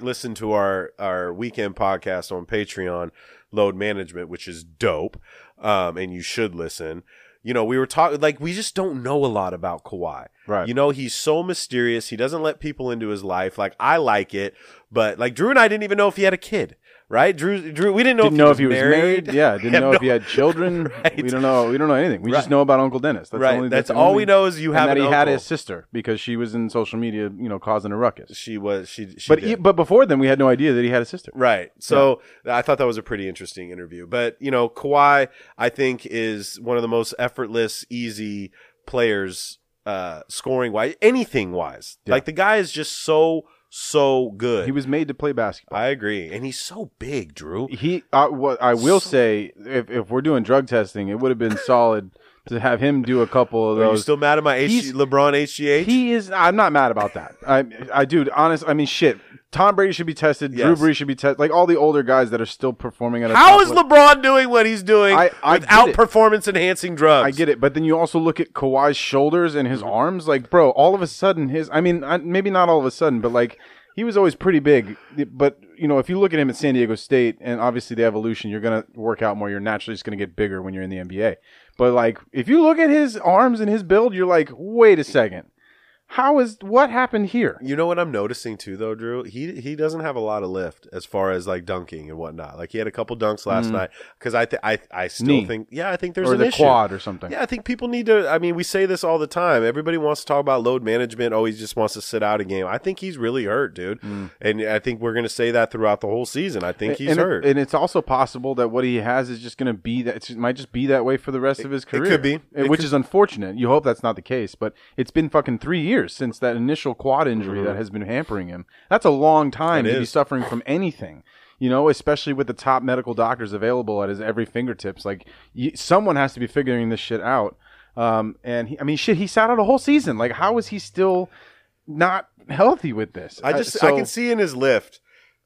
Speaker 1: listen to our our weekend podcast on patreon load management which is dope um, and you should listen you know, we were talking like we just don't know a lot about Kawhi.
Speaker 3: Right.
Speaker 1: You know, he's so mysterious. He doesn't let people into his life. Like I like it, but like Drew and I didn't even know if he had a kid. Right, Drew. Drew, we didn't know
Speaker 3: didn't
Speaker 1: if
Speaker 3: know
Speaker 1: he
Speaker 3: if he was married. Yeah,
Speaker 1: We
Speaker 3: didn't
Speaker 1: have
Speaker 3: know if
Speaker 1: no-
Speaker 3: he had children.
Speaker 1: Right.
Speaker 3: We don't know. We don't know anything. We
Speaker 1: Right.
Speaker 3: just know about Uncle Dennis. That's the
Speaker 1: Right.
Speaker 3: Only,
Speaker 1: That's
Speaker 3: the
Speaker 1: all
Speaker 3: only-
Speaker 1: we know is you
Speaker 3: and
Speaker 1: have
Speaker 3: that
Speaker 1: an
Speaker 3: he had
Speaker 1: uncle.
Speaker 3: his sister because she was in social media, you know, causing a ruckus.
Speaker 1: She was. She. she
Speaker 3: But
Speaker 1: did.
Speaker 3: e- but before then, we had no idea that he had a sister.
Speaker 1: Right. So I thought that was a pretty interesting interview. But, you know, Kawhi, I think, is one of the most effortless, easy players, uh, scoring wise, anything wise. Like the guy is just so, so good.
Speaker 3: He was made to play basketball.
Speaker 1: I agree. And he's so big, Drew.
Speaker 3: he I, what I will say if, if we're doing drug testing, it would have been solid to have him do a couple of
Speaker 1: Are you
Speaker 3: those.
Speaker 1: still mad at my HG,
Speaker 3: He's-
Speaker 1: LeBron HGH?
Speaker 3: he is. I'm not mad about that. I, I, dude, honest. I mean, shit. Tom Brady should be tested. Drew
Speaker 1: Yes.
Speaker 3: Brees should be tested. Like all the older guys that are still performing at a
Speaker 1: How
Speaker 3: top
Speaker 1: is
Speaker 3: level.
Speaker 1: LeBron doing what he's doing
Speaker 3: I- I get
Speaker 1: without
Speaker 3: it.
Speaker 1: performance enhancing drugs?
Speaker 3: I get it, but then you also look at
Speaker 1: Mm-hmm.
Speaker 3: Kawhi's shoulders and his arms. Like, bro, all of a sudden, his. I mean, I, maybe not all of a sudden, but like he was always pretty big, but you know, if you look at him at San Diego State, and obviously the evolution, you're gonna work out more. You're naturally just gonna get bigger when you're in the NBA. But like, if you look at his arms and his build, you're like, wait a second, how is what happened here?
Speaker 1: You know what I'm noticing too, though, Drew. He he doesn't have a lot of lift as far as like dunking and whatnot. Like he had a couple dunks last night because I th- I I still
Speaker 3: Mm. Knee.
Speaker 1: think yeah I think there's
Speaker 3: Or
Speaker 1: an
Speaker 3: the
Speaker 1: issue.
Speaker 3: quad or something.
Speaker 1: Yeah, I think people need to. I mean, we say this all the time. Everybody wants to talk about load management. Always just wants to sit out a game. I think he's really hurt, dude. And I think we're gonna say that throughout the whole season. I think he's
Speaker 3: Mm. and, it-
Speaker 1: hurt.
Speaker 3: and it's also possible that what he has is just going to be that. It might just be that way for the rest of his
Speaker 1: could
Speaker 3: career.
Speaker 1: be.
Speaker 3: Uh,
Speaker 1: It
Speaker 3: which is unfortunate. You hope that's not the case, but it's been fucking three years since that initial quad injury that has been hampering him. That's a long time
Speaker 1: It
Speaker 3: to be
Speaker 1: Mm-hmm. is.
Speaker 3: suffering from anything. You know, especially with the top medical doctors available at his every fingertips. Like, you, someone has to be figuring this shit out. Um, and he, I mean, shit, he sat out a whole season. Like, how is he still not healthy with this?
Speaker 1: I just I
Speaker 3: so-
Speaker 1: can see in his lift.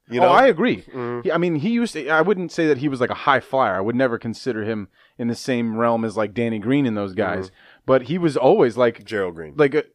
Speaker 1: You know, Mm-hmm.
Speaker 3: oh, I agree. He, I mean, he used. To, I wouldn't say that he was like a high flyer. I would never consider him in the same realm as like Danny Green and those guys.
Speaker 1: Mm-hmm.
Speaker 3: But he was always like,
Speaker 1: Gerald Green.
Speaker 3: like, a,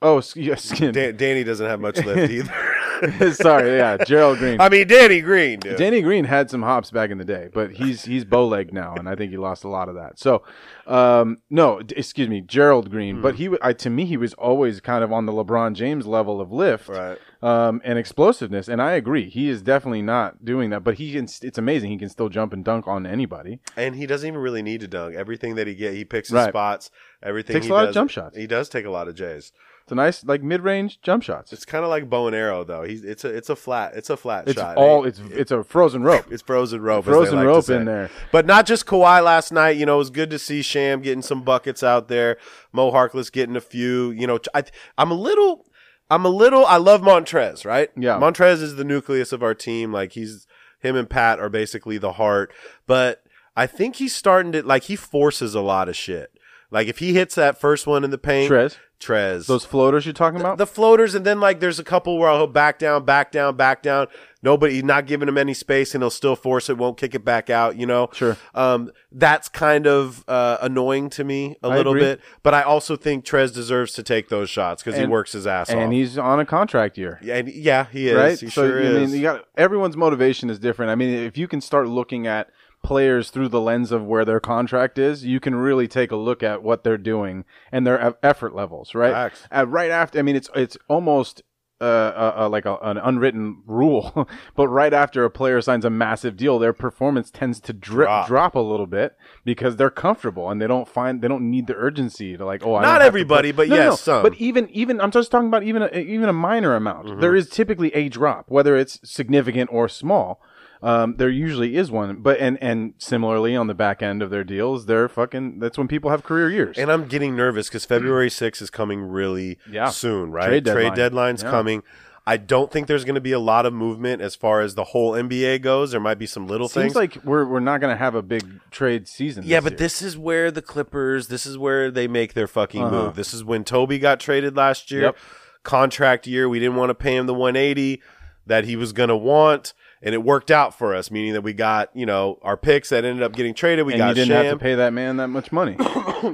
Speaker 3: oh, s- yeah, skin.
Speaker 1: Dan- Danny doesn't have much lift either.
Speaker 3: Sorry, yeah, Gerald Green.
Speaker 1: I mean, Danny Green, dude.
Speaker 3: Danny Green had some hops back in the day, but he's he's bow legged now, and I think he lost a lot of that. So, um, no, d- excuse me, Gerald Green.
Speaker 1: Mm.
Speaker 3: But he, wa- I, to me, he was always kind of on the LeBron James level of lift
Speaker 1: Right.
Speaker 3: um, and explosiveness. And I agree, he is definitely not doing that. But he, can, st- it's amazing he can still jump and dunk on anybody.
Speaker 1: and he doesn't even really need to dunk. Everything that he get, he picks his
Speaker 3: Right.
Speaker 1: spots. Everything
Speaker 3: Takes
Speaker 1: he
Speaker 3: a lot of
Speaker 1: does-
Speaker 3: jump shots.
Speaker 1: He does take a lot of J's.
Speaker 3: It's a nice like mid range jump shots. It's,
Speaker 1: It's kind of like bow and arrow, though. He's it's a it's a flat it's a flat shot.
Speaker 3: all
Speaker 1: It-
Speaker 3: it's it's a frozen rope.
Speaker 1: it's frozen rope. as they
Speaker 3: Frozen
Speaker 1: like to
Speaker 3: rope
Speaker 1: say.
Speaker 3: in there.
Speaker 1: but not just Kawhi last night. You know, it was good to see Sham getting some buckets out there. Mo Harkless getting a few. You know, I I'm a little I'm a little I love Montrez, right?
Speaker 3: Yeah.
Speaker 1: Montrez is the nucleus of our team. Like he's him and Pat are basically the heart, but I think he's starting to like he forces a lot of shit. Like if he hits that first one in the paint,
Speaker 3: Trez,
Speaker 1: Trez.
Speaker 3: those floaters you're talking about.
Speaker 1: the floaters, and then like there's a couple where he'll back down, back down, back down. Nobody not giving him any space, and he'll still force it, won't kick it back out. You know,
Speaker 3: Sure.
Speaker 1: Um, that's kind of uh, annoying to me a
Speaker 3: I
Speaker 1: little
Speaker 3: agree.
Speaker 1: bit, but I also think Trez deserves to take those shots because he
Speaker 3: And-
Speaker 1: works his ass off.
Speaker 3: and he's on a contract year.
Speaker 1: and yeah, he is.
Speaker 3: right?
Speaker 1: He
Speaker 3: so
Speaker 1: sure
Speaker 3: I
Speaker 1: is.
Speaker 3: mean, you got everyone's motivation is different. I mean, if you can start looking at players through the lens of where their contract is, you can really take a look at what they're doing and their e- effort levels, right?
Speaker 1: Facts.
Speaker 3: Uh, right after, I mean, it's it's almost. Uh, uh, uh, like a, an unwritten rule, but right after a player signs a massive deal, their performance tends to drip,
Speaker 1: Drop.
Speaker 3: drop. a little bit because they're comfortable and they don't find they don't need the urgency to like oh I
Speaker 1: Not
Speaker 3: don't have to
Speaker 1: everybody,
Speaker 3: play-
Speaker 1: but yes, some. Mm-hmm.
Speaker 3: but even even I'm just talking about even a, even a minor amount. There is typically a drop, whether it's significant or small. Um, there usually is one, but and and similarly on the back end of their deals, they're fucking. That's when people have career years.
Speaker 1: And I'm getting nervous because February 6th is coming really
Speaker 3: Yeah.
Speaker 1: soon, right?
Speaker 3: Trade deadline.
Speaker 1: deadline's
Speaker 3: Yeah.
Speaker 1: coming. I don't think there's going to be a lot of movement as far as the whole NBA goes. There might be some little
Speaker 3: Seems
Speaker 1: things.
Speaker 3: like we're we're not gonna have a big trade season.
Speaker 1: yeah,
Speaker 3: this
Speaker 1: but
Speaker 3: year.
Speaker 1: this is where the Clippers, this is where they make their fucking
Speaker 3: Uh-huh.
Speaker 1: move. This is when Toby got traded last year.
Speaker 3: Yep.
Speaker 1: Contract year, we didn't want to pay him the 180 that he was going to want. And it worked out for us, meaning that we got, you know, our picks that ended up getting traded. We
Speaker 3: and
Speaker 1: got
Speaker 3: you didn't
Speaker 1: Sham.
Speaker 3: have to pay that man that much money.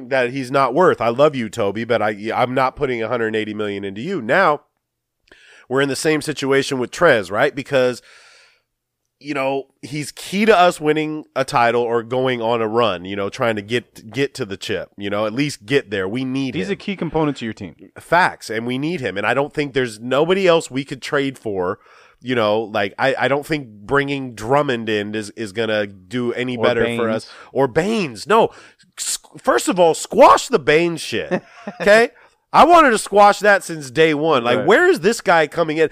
Speaker 1: that he's not worth. I love you, Toby, but I I'm not putting 180 million into you. Now we're in the same situation with Trez, right? Because you know he's key to us winning a title or going on a run. You know, trying to get get to the chip. You know, at least get there. We need
Speaker 3: He's
Speaker 1: him
Speaker 3: a key component to your team.
Speaker 1: facts and we need him and i don't think there's nobody else we could trade for you know like i, I don't think bringing drummond in is, is gonna do any
Speaker 3: Or
Speaker 1: better for
Speaker 3: Baines.
Speaker 1: us or baines no S- first of all squash the baines shit okay I wanted to squash that since day one. Like,
Speaker 3: Right.
Speaker 1: where is this guy coming in?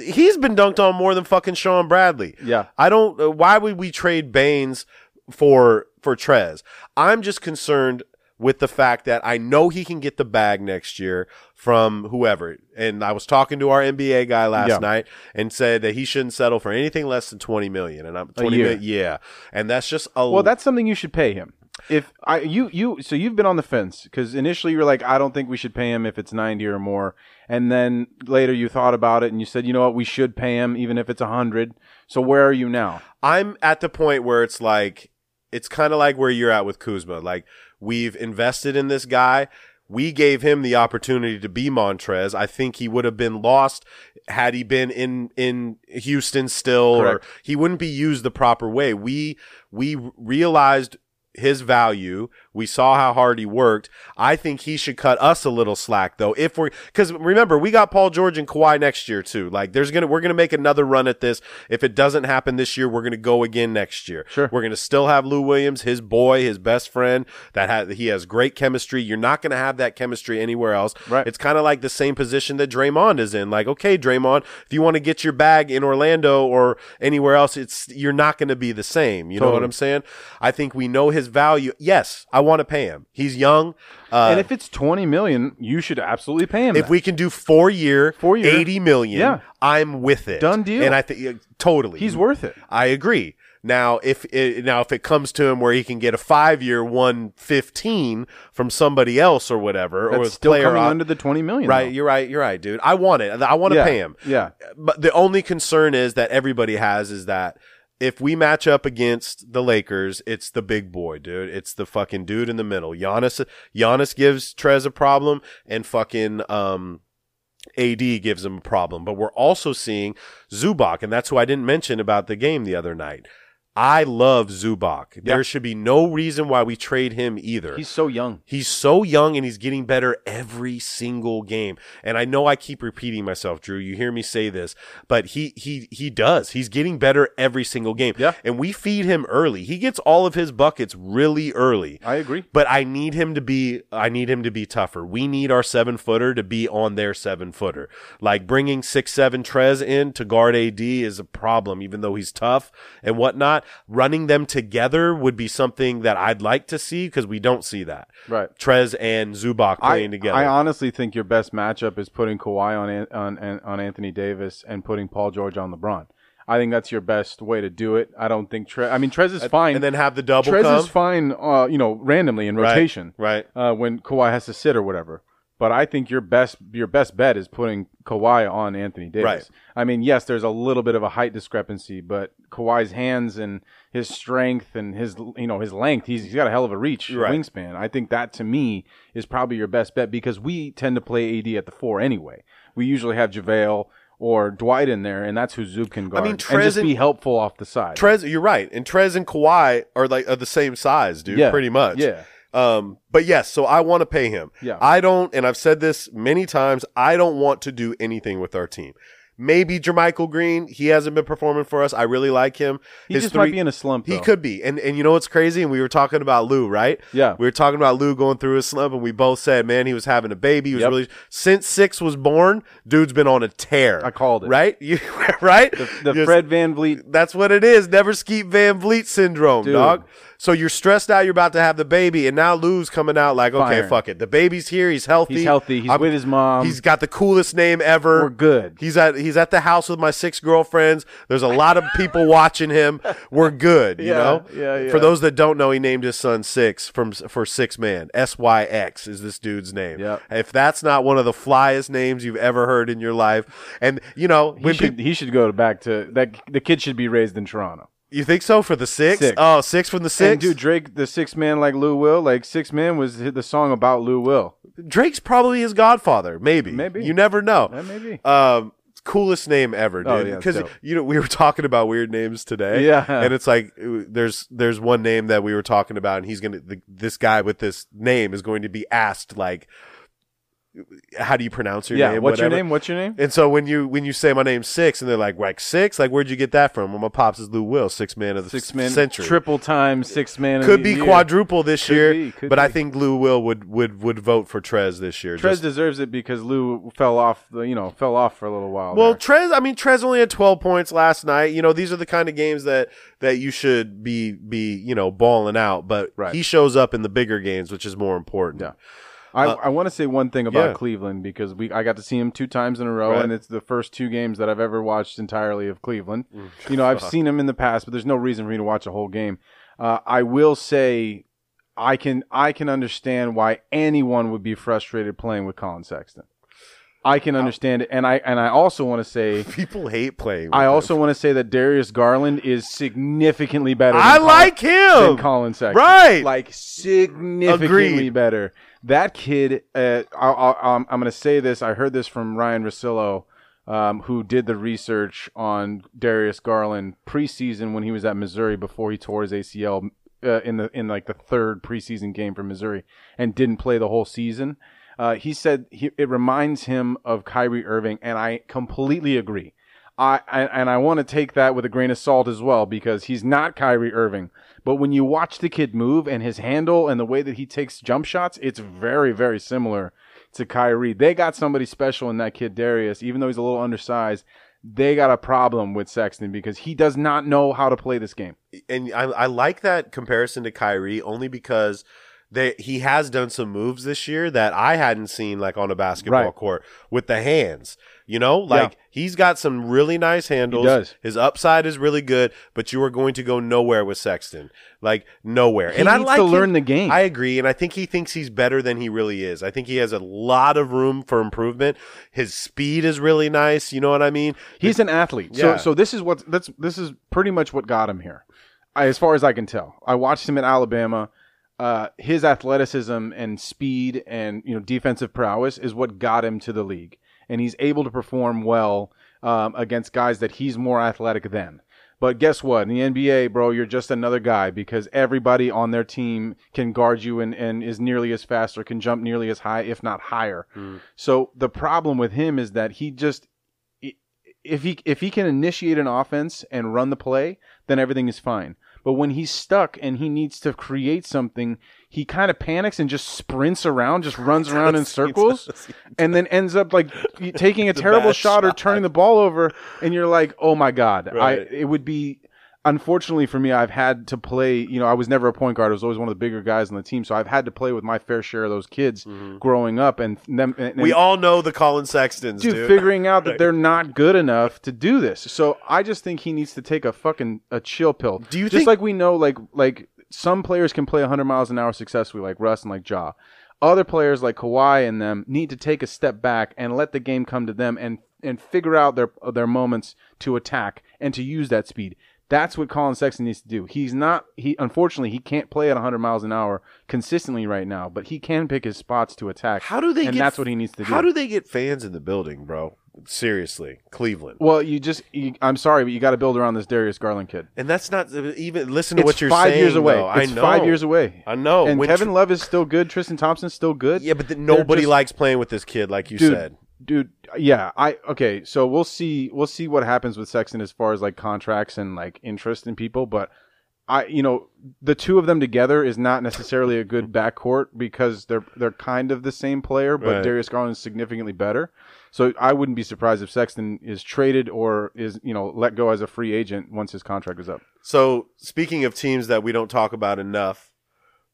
Speaker 1: He's been dunked on more than fucking Sean Bradley.
Speaker 3: Yeah.
Speaker 1: I don't. Uh, why would we trade Baines for for Trez? I'm just concerned with the fact that I know he can get the bag next year from whoever. And I was talking to our NBA guy last
Speaker 3: Yeah.
Speaker 1: night and said that he shouldn't settle for anything less than 20 million. And I'm 20
Speaker 3: year.
Speaker 1: million, yeah. And that's just a
Speaker 3: Well, that's something you should pay him. If I you you so you've been on the fence because initially you were like, I don't think we should pay him if it's ninety or more, and then later you thought about it and you said, you know what, we should pay him even if it's hundred. So where are you now?
Speaker 1: I'm at the point where it's like it's kind of like where you're at with Kuzma. Like we've invested in this guy. We gave him the opportunity to be Montrez. I think he would have been lost had he been in in Houston still,
Speaker 3: Correct.
Speaker 1: or he wouldn't be used the proper way. We we realized his value. We saw how hard he worked. I think he should cut us a little slack though. If we're because remember we got Paul George and Kawhi next year too. Like there's gonna we're gonna make another run at this. If it doesn't happen this year, we're gonna go again next year.
Speaker 3: Sure.
Speaker 1: We're gonna still have Lou Williams, his boy, his best friend that ha- he has great chemistry. You're not gonna have that chemistry anywhere else.
Speaker 3: Right.
Speaker 1: It's kind of like the same position that Draymond is in. Like okay, Draymond, if you want to get your bag in Orlando or anywhere else, it's you're not gonna be the same. You know what
Speaker 3: Totally.
Speaker 1: I'm saying? I think we know his value. Yes, I want to pay him. He's young. Uh,
Speaker 3: and if it's twenty million, you should absolutely pay him.
Speaker 1: if
Speaker 3: that.
Speaker 1: we can do four year,
Speaker 3: Four year.
Speaker 1: eighty million,
Speaker 3: Yeah.
Speaker 1: I'm with it.
Speaker 3: Done deal.
Speaker 1: And I think yeah, totally,
Speaker 3: he's worth it.
Speaker 1: I agree. Now, if it, now if it comes to him where he can get a five year one fifteen from somebody else or whatever, or
Speaker 3: That's
Speaker 1: his
Speaker 3: still
Speaker 1: player
Speaker 3: coming
Speaker 1: op-
Speaker 3: under the twenty million.
Speaker 1: right,
Speaker 3: though.
Speaker 1: you're right, you're right, dude. I want it. I want to
Speaker 3: yeah.
Speaker 1: pay him.
Speaker 3: Yeah.
Speaker 1: But the only concern is that everybody has is that if we match up against the Lakers, it's the big boy, dude. It's the fucking dude in the middle. Giannis, Giannis gives Trez a problem, and fucking um, AD gives him a problem. But we're also seeing Zubac, and that's who I didn't mention about the game the other night. I love Zubac. There should be no reason why we trade him either.
Speaker 3: He's so young.
Speaker 1: He's so young and he's getting better every single game. And I know I keep repeating myself, Drew. You hear me say this, but he he he does. He's getting better every single game.
Speaker 3: Yeah.
Speaker 1: And we feed him early. He gets all of his buckets really early.
Speaker 3: I agree.
Speaker 1: But I need him to be I need him to be tougher. We need our seven footer to be on their seven footer. Like bringing six seven Trez in to guard AD is a problem, even though he's tough and whatnot. Running them together would be something that I'd like to see because we don't see that.
Speaker 3: Right.
Speaker 1: Trez and Zubac
Speaker 3: I,
Speaker 1: playing together.
Speaker 3: I honestly think your best matchup is putting Kawhi on, An- on An- on Anthony Davis and putting Paul George on LeBron. I think that's your best way to do it. I don't think Trez. I mean, Trez is fine.
Speaker 1: and then have the double
Speaker 3: Trez
Speaker 1: come.
Speaker 3: is fine. Uh, you know, randomly in
Speaker 1: Right,
Speaker 3: rotation,
Speaker 1: Right.
Speaker 3: Uh, when Kawhi has to sit or whatever. But I think your best your best bet is putting Kawhi on Anthony Davis.
Speaker 1: Right.
Speaker 3: I mean, yes, there's a little bit of a height discrepancy, but Kawhi's hands and his strength and his you know his length, he's, he's got a hell of a reach,
Speaker 1: Right.
Speaker 3: wingspan. I think that to me is probably your best bet because we tend to play AD at the four anyway. We usually have JaVale or Dwight in there, and that's who Zub can guard.
Speaker 1: mean,
Speaker 3: and
Speaker 1: Trez
Speaker 3: just
Speaker 1: and-
Speaker 3: be helpful off the side.
Speaker 1: Trez, you're right. And Trez and Kawhi are like are the same size, dude.
Speaker 3: Yeah.
Speaker 1: Pretty much.
Speaker 3: Yeah.
Speaker 1: Um, but yes, so I want to pay him.
Speaker 3: Yeah.
Speaker 1: I don't, and I've said this many times. I don't want to do anything with our team. Maybe Jermichael Green. He hasn't been performing for us. I really like him.
Speaker 3: he
Speaker 1: His
Speaker 3: just
Speaker 1: three-
Speaker 3: might be in a slump.
Speaker 1: He
Speaker 3: though.
Speaker 1: could be. And and you know what's crazy? And we were talking about Lou, right?
Speaker 3: Yeah.
Speaker 1: We were talking about Lou going through his slump, and we both said, man, he was having a baby. He was
Speaker 3: Yep.
Speaker 1: really since six was born, dude's been on a tear.
Speaker 3: I called it.
Speaker 1: Right? You right?
Speaker 3: the
Speaker 1: Yes.
Speaker 3: Fred Van Vliet
Speaker 1: That's what it is. Never skeet Van Vliet syndrome,
Speaker 3: Dude.
Speaker 1: dog. So you're stressed out. You're about to have the baby, and now Lou's coming out like, okay,
Speaker 3: Fire.
Speaker 1: fuck it. The baby's here. He's healthy.
Speaker 3: He's healthy. He's
Speaker 1: I'm-
Speaker 3: with his mom.
Speaker 1: He's got the coolest name ever.
Speaker 3: We're good.
Speaker 1: He's at he's at the house with my six girlfriends. There's a lot of people watching him. We're good. You
Speaker 3: Yeah,
Speaker 1: know.
Speaker 3: yeah, yeah.
Speaker 1: For those that don't know, he named his son Six from for Six Man. S Y X is this dude's name.
Speaker 3: Yep.
Speaker 1: If that's not one of the flyest names you've ever heard in your life, and you know
Speaker 3: He
Speaker 1: when people.
Speaker 3: should, he should go to back to that. The kid should be raised in Toronto.
Speaker 1: You think so for the six?
Speaker 3: Six.
Speaker 1: Oh, six from the six.
Speaker 3: And dude, Drake, the six man like Lou Will, like six man was the song about Lou Will.
Speaker 1: Drake's probably his godfather. Maybe.
Speaker 3: Maybe.
Speaker 1: You never know.
Speaker 3: Yeah, maybe.
Speaker 1: Um, coolest name ever,
Speaker 3: Oh,
Speaker 1: dude.
Speaker 3: yeah, it's
Speaker 1: Because
Speaker 3: dope.
Speaker 1: you know we were talking about weird names today.
Speaker 3: Yeah.
Speaker 1: And it's like uh, there's there's one name that we were talking about, and he's gonna the, this guy with this name is going to be asked like, how do you pronounce your
Speaker 3: yeah,
Speaker 1: name?
Speaker 3: what's
Speaker 1: whatever.
Speaker 3: your name? What's your name?
Speaker 1: And so when you when you say my name's Six, and they're like, like Six, like where'd you get that from? Well, my pops is Lou Will, six man of the
Speaker 3: Six man,
Speaker 1: century,
Speaker 3: triple time six man. of
Speaker 1: could
Speaker 3: the
Speaker 1: be
Speaker 3: year.
Speaker 1: quadruple this
Speaker 3: Could
Speaker 1: year,
Speaker 3: be, could
Speaker 1: but I
Speaker 3: be.
Speaker 1: think Lou Will would would would vote for Trez this year.
Speaker 3: Trez
Speaker 1: Just-
Speaker 3: deserves it because Lou fell off. The, you know, fell off for a little while.
Speaker 1: well,
Speaker 3: there.
Speaker 1: Trez, I mean Trez only had 12 points last night. You know, these are the kind of games that that you should be be, you know, balling out, but
Speaker 3: Right.
Speaker 1: he shows up in the bigger games, which is more important.
Speaker 3: Yeah. I, I want to say one thing about
Speaker 1: uh, yeah.
Speaker 3: Cleveland because we I got to see him two times in a row,
Speaker 1: Right.
Speaker 3: and it's the first two games that I've ever watched entirely of Cleveland. You know, I've seen him in the past, but there's no reason for me to watch a whole game. Uh, I will say, I can I can understand why anyone would be frustrated playing with Colin Sexton. I can understand it. And I and I also want to say
Speaker 1: People hate playing. with
Speaker 3: I
Speaker 1: him.
Speaker 3: also want to say that Darius Garland is significantly better. than
Speaker 1: I
Speaker 3: Colin-
Speaker 1: like him.
Speaker 3: than Colin Sexton.
Speaker 1: Right.
Speaker 3: like significantly
Speaker 1: Agreed.
Speaker 3: better. That kid. Uh, I, I, I'm, I'm going to say this. I heard this from Ryan Rosillo, um, who did the research on Darius Garland preseason when he was at Missouri before he tore his ACL uh, in the in like the third preseason game for Missouri and didn't play the whole season. Uh, he said he, it reminds him of Kyrie Irving, and I completely agree. I, I and I want to take that with a grain of salt as well because he's not Kyrie Irving. But when you watch the kid move and his handle and the way that he takes jump shots, it's very very similar to Kyrie. They got somebody special in that kid Darius, even though he's a little undersized. They got a problem with Sexton because he does not know how to play this game.
Speaker 1: and I, I like that comparison to Kyrie only because they he has done some moves this year that I hadn't seen like on a basketball
Speaker 3: Right.
Speaker 1: court with the hands. You know, like he's got some really nice handles.
Speaker 3: does.
Speaker 1: His upside is really good, but you are going to go nowhere with Sexton, like nowhere.
Speaker 3: He
Speaker 1: and I
Speaker 3: needs
Speaker 1: like
Speaker 3: to
Speaker 1: him-
Speaker 3: learn the game.
Speaker 1: I agree, and I think he thinks he's better than he really is. I think he has a lot of room for improvement. His speed is really nice. You know what I mean?
Speaker 3: He's an athlete.
Speaker 1: Yeah.
Speaker 3: So so this is what that's this is pretty much what got him here, I, as far as I can tell. I watched him at Alabama. Uh, his athleticism and speed and you know defensive prowess is what got him to the league, and he's able to perform well um, against guys that he's more athletic than. But guess what? In the NBA, bro, you're just another guy because everybody on their team can guard you and, and is nearly as fast or can jump nearly as high, if not higher. So the problem with him is that he just if he if he can initiate an offense and run the play, then everything is fine. But when he's stuck and he needs to create something, he kind of panics and just sprints around, just runs around in circles, and then ends up like y- taking a terrible
Speaker 1: bad
Speaker 3: shot or
Speaker 1: shot.
Speaker 3: turning the ball over. And you're like, oh my god,
Speaker 1: Right.
Speaker 3: I it would be. Unfortunately for me, I've had to play. You know, I was never a point guard. I was always one of the bigger guys on the team, so I've had to play with my fair share of those kids growing up. And them, and,
Speaker 1: Mm-hmm. We all know the Colin Sextons,
Speaker 3: dude,
Speaker 1: dude.
Speaker 3: figuring out that they're not good enough to do this. So I just think he needs to take a fucking a chill pill.
Speaker 1: Do you
Speaker 3: just
Speaker 1: think-
Speaker 3: like we know like like some players can play 100 miles an hour successfully like Russ and like Ja. Other players like Kawhi and them need to take a step back and let the game come to them and and figure out their their moments to attack and to use that speed. That's what Colin Sexton needs to do. He's not he unfortunately he can't play at 100 miles an hour consistently right now, but he can pick his spots to attack.
Speaker 1: How do they?
Speaker 3: And
Speaker 1: get,
Speaker 3: that's what he needs to do.
Speaker 1: How do they get fans in the building, bro? Seriously, Cleveland,
Speaker 3: Well, you just, you, I'm sorry, but you got to build around this Darius Garland kid.
Speaker 1: and that's not even. Listen to
Speaker 3: It's
Speaker 1: what you're
Speaker 3: five
Speaker 1: saying.
Speaker 3: years away.
Speaker 1: though.
Speaker 3: It's
Speaker 1: I know.
Speaker 3: five years away.
Speaker 1: I know.
Speaker 3: and
Speaker 1: When
Speaker 3: Kevin
Speaker 1: tr-
Speaker 3: Love is still good. Tristan Thompson's still good.
Speaker 1: yeah, but the, nobody
Speaker 3: just-
Speaker 1: likes playing with this kid, like you
Speaker 3: dude,
Speaker 1: said.
Speaker 3: dude, yeah. I okay. So we'll see. We'll see what happens with Sexton as far as like contracts and like interest in people. But I, you know, the two of them together is not necessarily a good backcourt because they're they're kind of the same player, but
Speaker 1: Right.
Speaker 3: Darius Garland is significantly better. So I wouldn't be surprised if Sexton is traded or is you know let go as a free agent once his contract is up.
Speaker 1: So speaking of teams that we don't talk about enough,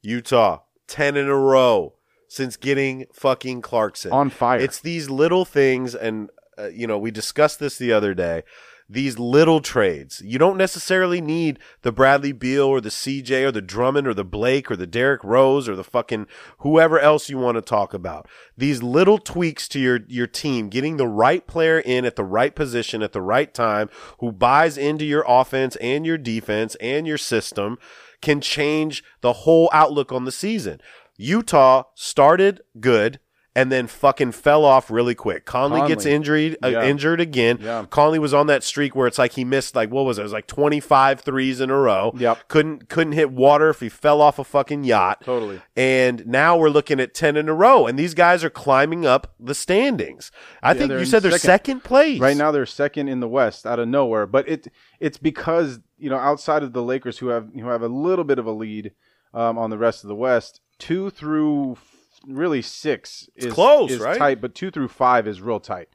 Speaker 1: Utah, ten in a row since getting fucking Clarkson
Speaker 3: On fire.
Speaker 1: It's these little things, and uh, you know we discussed this the other day. These little trades. You don't necessarily need the Bradley Beal or the CJ or the Drummond or the Blake or the Derrick Rose or the fucking whoever else you want to talk about. These little tweaks to your your team, getting the right player in at the right position at the right time, who buys into your offense and your defense and your system, can change the whole outlook on the season. Utah started good and then fucking fell off really quick. Conley,
Speaker 3: Conley.
Speaker 1: gets injured, uh,
Speaker 3: Yeah.
Speaker 1: injured again.
Speaker 3: Yeah.
Speaker 1: Conley was on that streak where it's like he missed like what was it? It was like 25 threes in a row.
Speaker 3: Yep.
Speaker 1: Couldn't couldn't hit water if he fell off a fucking yacht.
Speaker 3: Totally.
Speaker 1: And now we're looking at 10 in a row and these guys are climbing up the standings. I think
Speaker 3: they're
Speaker 1: you
Speaker 3: in
Speaker 1: said they're second,
Speaker 3: second.
Speaker 1: place.
Speaker 3: Right now they're second in the West out of nowhere, but it it's because you know outside of the Lakers who have who have a little bit of a lead um, on the rest of the West, two through f- really six is
Speaker 1: close,
Speaker 3: is
Speaker 1: right?
Speaker 3: tight, but two through five is real tight.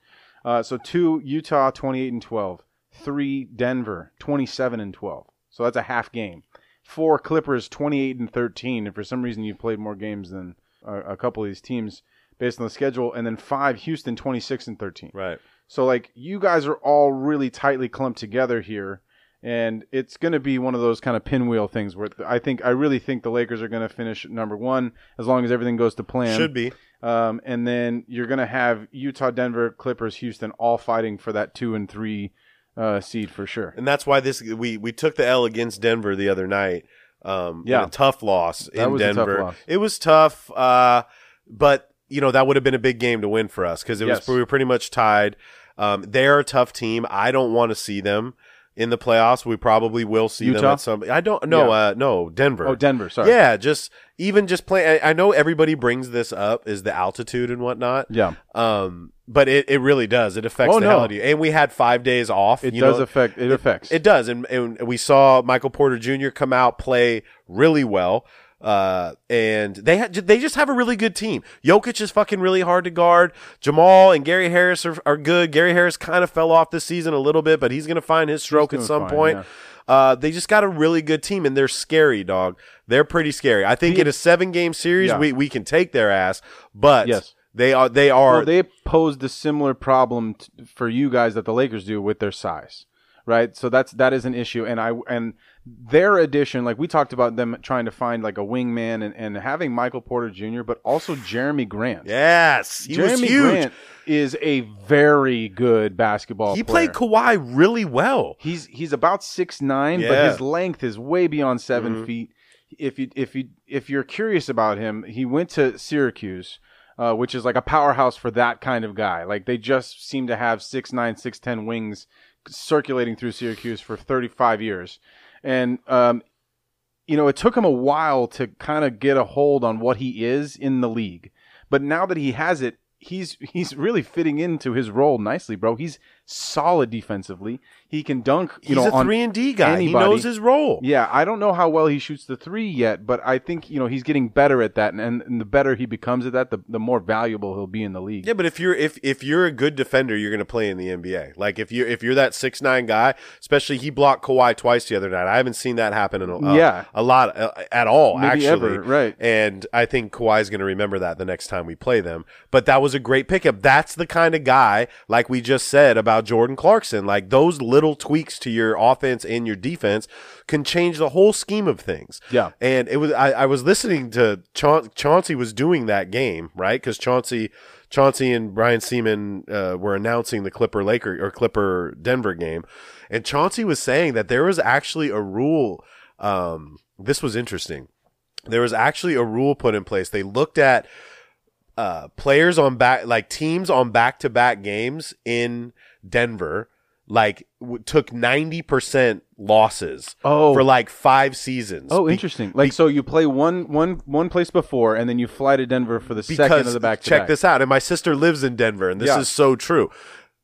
Speaker 3: Uh, so two Utah twenty eight and twelve, three Denver twenty seven and twelve. So that's a half game. Four Clippers twenty eight and thirteen. And for some reason you've played more games than uh, a couple of these teams based on the schedule, and then five Houston twenty six and thirteen.
Speaker 1: Right.
Speaker 3: So like you guys are all really tightly clumped together here, and it's going to be one of those kind of pinwheel things where I think I really think the Lakers are going to finish number one as long as everything goes to plan.
Speaker 1: Should be.
Speaker 3: Um, and then you're going to have Utah, Denver, Clippers, Houston all fighting for that two and three uh, seed for sure.
Speaker 1: And that's why this we we took the L against Denver the other night. Um,
Speaker 3: Yeah.
Speaker 1: in a tough loss
Speaker 3: That
Speaker 1: in
Speaker 3: was a tough
Speaker 1: Denver.
Speaker 3: loss.
Speaker 1: It was tough, uh, but you know that would have been a big game to win for us because it
Speaker 3: Yes.
Speaker 1: was we were pretty much tied. Um, they're a tough team. I don't want to see them in the playoffs. We probably will see them
Speaker 3: Utah?
Speaker 1: at some. I don't. No,
Speaker 3: Yeah.
Speaker 1: uh, no, Denver.
Speaker 3: Oh, Denver, sorry.
Speaker 1: Yeah, just even just playing. I know everybody brings this up is the altitude and whatnot.
Speaker 3: Yeah.
Speaker 1: Um, but it, it really does. It affects
Speaker 3: Oh,
Speaker 1: the
Speaker 3: no.
Speaker 1: hell out of you. And we had five days off.
Speaker 3: It
Speaker 1: you
Speaker 3: does
Speaker 1: know?
Speaker 3: affect. It, affects.
Speaker 1: It does. And, and we saw Michael Porter Jr. come out play really well. Uh, and they had, they just have a really good team. Jokic is fucking really hard to guard. Jamal and Gary Harris are, are good. Gary Harris kind of fell off this season a little bit, but he's going to find his stroke at
Speaker 3: doing
Speaker 1: some
Speaker 3: fine,
Speaker 1: point.
Speaker 3: yeah.
Speaker 1: Uh, they just got a really good team and they're scary, dog. They're pretty scary. I think in a seven game series,
Speaker 3: Yeah.
Speaker 1: we, we can take their ass, but
Speaker 3: Yes.
Speaker 1: they are, they are,
Speaker 3: Well, they posed a similar problem t- for you guys that the Lakers do with their size, right? So that's that is an issue, and I and their addition, like we talked about them trying to find like a wingman and, and having Michael Porter Jr., but also Jeremy Grant.
Speaker 1: yes, he was
Speaker 3: Jeremy
Speaker 1: huge.
Speaker 3: Grant is a very good basketball.
Speaker 1: he
Speaker 3: player.
Speaker 1: played Kawhi really well.
Speaker 3: He's he's about six nine, but
Speaker 1: Yeah.
Speaker 3: his length is way beyond 7 feet. If you if you if you're curious about him, he went to Syracuse, uh, which is like a powerhouse for that kind of guy. Like they just seem to have six nine, six ten wings circulating through Syracuse for thirty five years, and um, you know it took him a while to kind of get a hold on what he is in the league. But now that he has it, he's he's really fitting into his role nicely, bro. He's solid defensively. He can dunk.
Speaker 1: He's
Speaker 3: You know,
Speaker 1: a
Speaker 3: on
Speaker 1: three and D guy. He
Speaker 3: anybody.
Speaker 1: knows his role.
Speaker 3: Yeah, I don't know how well he shoots the three yet, but I think you know he's getting better at that, and, and, and the better he becomes at that, the, the more valuable he'll be in the league.
Speaker 1: Yeah, but if you're if if you're a good defender, you're going to play in the NBA. Like if you if you're that six nine guy, especially he blocked Kawhi twice the other night. I haven't seen that happen in a, uh,
Speaker 3: Yeah.
Speaker 1: a lot uh, at all
Speaker 3: Maybe
Speaker 1: actually.
Speaker 3: ever, right.
Speaker 1: And I think Kawhi's going to remember that the next time we play them. But that was a great pickup. That's the kind of guy like we just said about Jordan Clarkson. Like those little tweaks to your offense and your defense can change the whole scheme of things.
Speaker 3: Yeah.
Speaker 1: And it was I, I was listening to Chaun- Chauncey was doing that game right because Chauncey Chauncey and Brian Seaman uh, were announcing the Clipper Laker or Clipper Denver game, and Chauncey was saying that there was actually a rule. Um, this was interesting. There was actually a rule put in place. They looked at uh, players on back like teams on back to back games in Denver like w- took 90% losses
Speaker 3: Oh.
Speaker 1: for like 5 seasons.
Speaker 3: Oh,
Speaker 1: Be-
Speaker 3: interesting. Like so, you play one one one place before, and then you fly to Denver for the second of the back.
Speaker 1: check this out and my sister lives in denver and this
Speaker 3: Yeah.
Speaker 1: is so true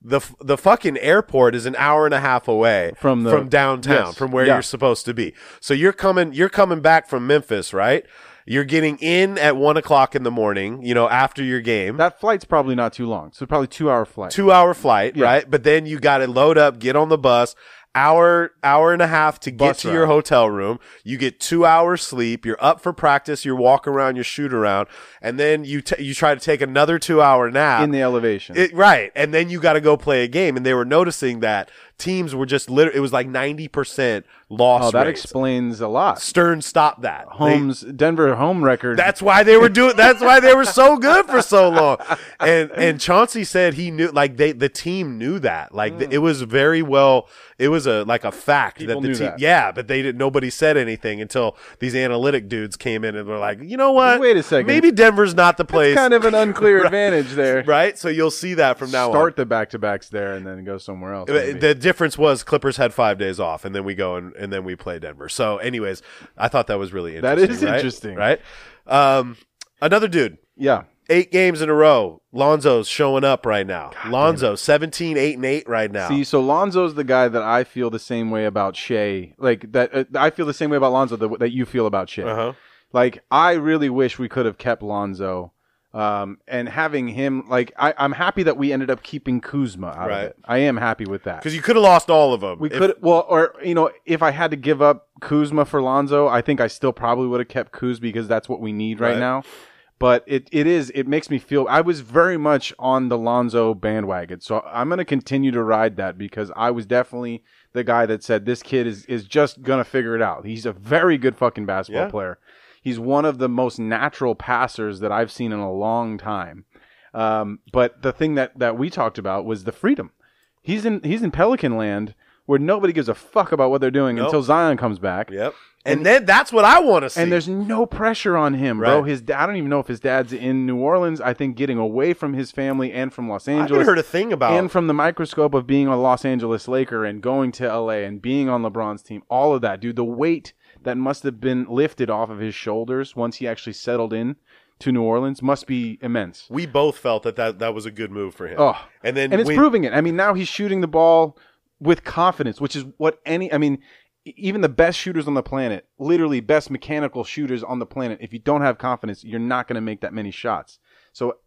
Speaker 1: the f- the fucking airport is an hour and a half away
Speaker 3: From the-
Speaker 1: downtown
Speaker 3: yes,
Speaker 1: from where
Speaker 3: yeah.
Speaker 1: you're supposed to be so you're coming you're coming back from memphis right you're getting in at one o'clock in the morning you know after your game
Speaker 3: That flight's probably not too long, so probably two hour flight.
Speaker 1: two hour flight right but then you got to load up get on the bus hour hour and a half to get
Speaker 3: Bus
Speaker 1: to
Speaker 3: ride.
Speaker 1: your hotel room you get two hours sleep you're up for practice you walk around you shoot around and then you t- you try to take another two hour nap
Speaker 3: in the elevation.
Speaker 1: it, right. And then you got to go play a game. And they were noticing that teams were just literally, it was like 90% loss.
Speaker 3: oh, that
Speaker 1: rates.
Speaker 3: explains a lot.
Speaker 1: Stern stopped that. They-
Speaker 3: Homes Denver home record.
Speaker 1: that's why they were doing, that's why they were so good for so long. And, and Chauncey said he knew, like they, the team knew that. Like th- it was very well, it was a, like a fact that
Speaker 3: People
Speaker 1: the
Speaker 3: knew
Speaker 1: team,
Speaker 3: that.
Speaker 1: yeah, but they didn't, nobody said anything until these analytic dudes came in and were like, you know what?
Speaker 3: Wait a second.
Speaker 1: Maybe Denver's not the place.
Speaker 3: kind of an unclear advantage there.
Speaker 1: right. So you'll see that from now on.
Speaker 3: Start the back to backs there, and then go somewhere else.
Speaker 1: Uh,
Speaker 3: maybe.
Speaker 1: The difference was Clippers had five days off, and then we go and, and then we play Denver. So, anyways, I thought that was really
Speaker 3: That
Speaker 1: interesting.
Speaker 3: is
Speaker 1: right?
Speaker 3: interesting.
Speaker 1: right? Um, another dude,
Speaker 3: yeah,
Speaker 1: eight games in a row. Lonzo's showing up right now. Lonzo, 17, 8, and 8 right now.
Speaker 3: See, so Lonzo's the guy that I feel the same way about Shea. Like that, uh, I feel the same way about Lonzo that, that you feel about Shea.
Speaker 1: Uh-huh.
Speaker 3: Like I really wish we could have kept Lonzo, um, and having him. Like I, I'm happy that we ended up keeping Kuzma out
Speaker 1: Right.
Speaker 3: of it. I am happy with that.
Speaker 1: Because you could have lost all of them.
Speaker 3: We could well, or you know, if I had to give up Kuzma for Lonzo, I think I still probably would have kept Kuz because that's what we need right,
Speaker 1: Right.
Speaker 3: now. But it, it is it makes me feel I was very much on the Lonzo bandwagon, so I'm gonna continue to ride that because I was definitely the guy that said this kid is is just gonna figure it out. He's a very good fucking basketball
Speaker 1: Yeah.
Speaker 3: player. He's one of the most natural passers that I've seen in a long time. Um, but the thing that, that we talked about was the freedom. He's in he's in Pelican land where nobody gives a fuck about what they're doing
Speaker 1: Nope.
Speaker 3: until Zion comes back.
Speaker 1: Yep. And, then that's what I want to see.
Speaker 3: And there's no pressure on him, bro.
Speaker 1: Right.
Speaker 3: His da- I don't even know if his dad's in New Orleans. I think getting away from his family and from Los
Speaker 1: I haven't
Speaker 3: Angeles
Speaker 1: heard a thing about.
Speaker 3: and from the microscope of being a Los Angeles Laker and going to LA and being on LeBron's team, all of that, dude, the weight that must have been lifted off of his shoulders once he actually settled in to New Orleans must be immense.
Speaker 1: we both felt that, that that was a good move for him.
Speaker 3: Oh,
Speaker 1: and then
Speaker 3: and it's
Speaker 1: when-
Speaker 3: proving it. I mean, now he's shooting the ball with confidence, which is what any. I mean, e- even the best shooters on the planet, literally best mechanical shooters on the planet, if you don't have confidence, you're not going to make that many shots. So,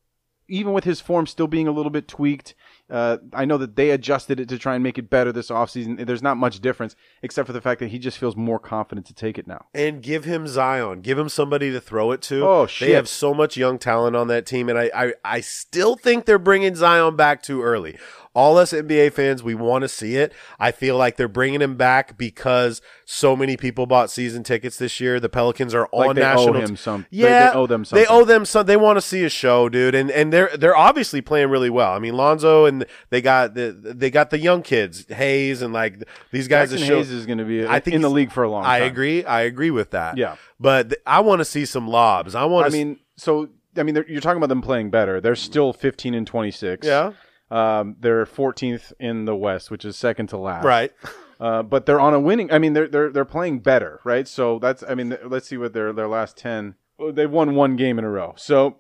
Speaker 3: even with his form still being a little bit tweaked, uh, I know that they adjusted it to try and make it better this offseason. There's not much difference except for the fact that he just feels more confident to take it now.
Speaker 1: and give him Zion. Give him somebody to throw it to.
Speaker 3: Oh, shit.
Speaker 1: They have so much young talent on that team, and I, I, I still think they're bringing Zion back too early. All us NBA fans, we want to see it. I feel like they're bringing him back because so many people bought season tickets this year. The Pelicans are on
Speaker 3: Like they owe
Speaker 1: national.
Speaker 3: him some- they-
Speaker 1: Yeah,
Speaker 3: they owe them
Speaker 1: They
Speaker 3: something.
Speaker 1: owe them some. They want to see a show, dude, and and they're they're obviously playing really well. I mean, Lonzo and they got the they got the young kids, Hayes, and like these guys.
Speaker 3: Jackson
Speaker 1: that show-
Speaker 3: Hayes is going to be
Speaker 1: I think
Speaker 3: in the
Speaker 1: he's-
Speaker 3: league for a long
Speaker 1: I
Speaker 3: time.
Speaker 1: agree. I agree with that.
Speaker 3: Yeah.
Speaker 1: But th- I want to see some lobs. I want
Speaker 3: I
Speaker 1: to.
Speaker 3: mean, so I mean, they're- you're talking about them playing better. They're still 15 and 26.
Speaker 1: yeah.
Speaker 3: Um, they're 14th in the West, which is second to last.
Speaker 1: Right.
Speaker 3: Uh, but they're on a winning. I mean, they're they're they're playing better, right? So that's. I mean, th- let's see what their their last 10. oh, They won one game in a row. So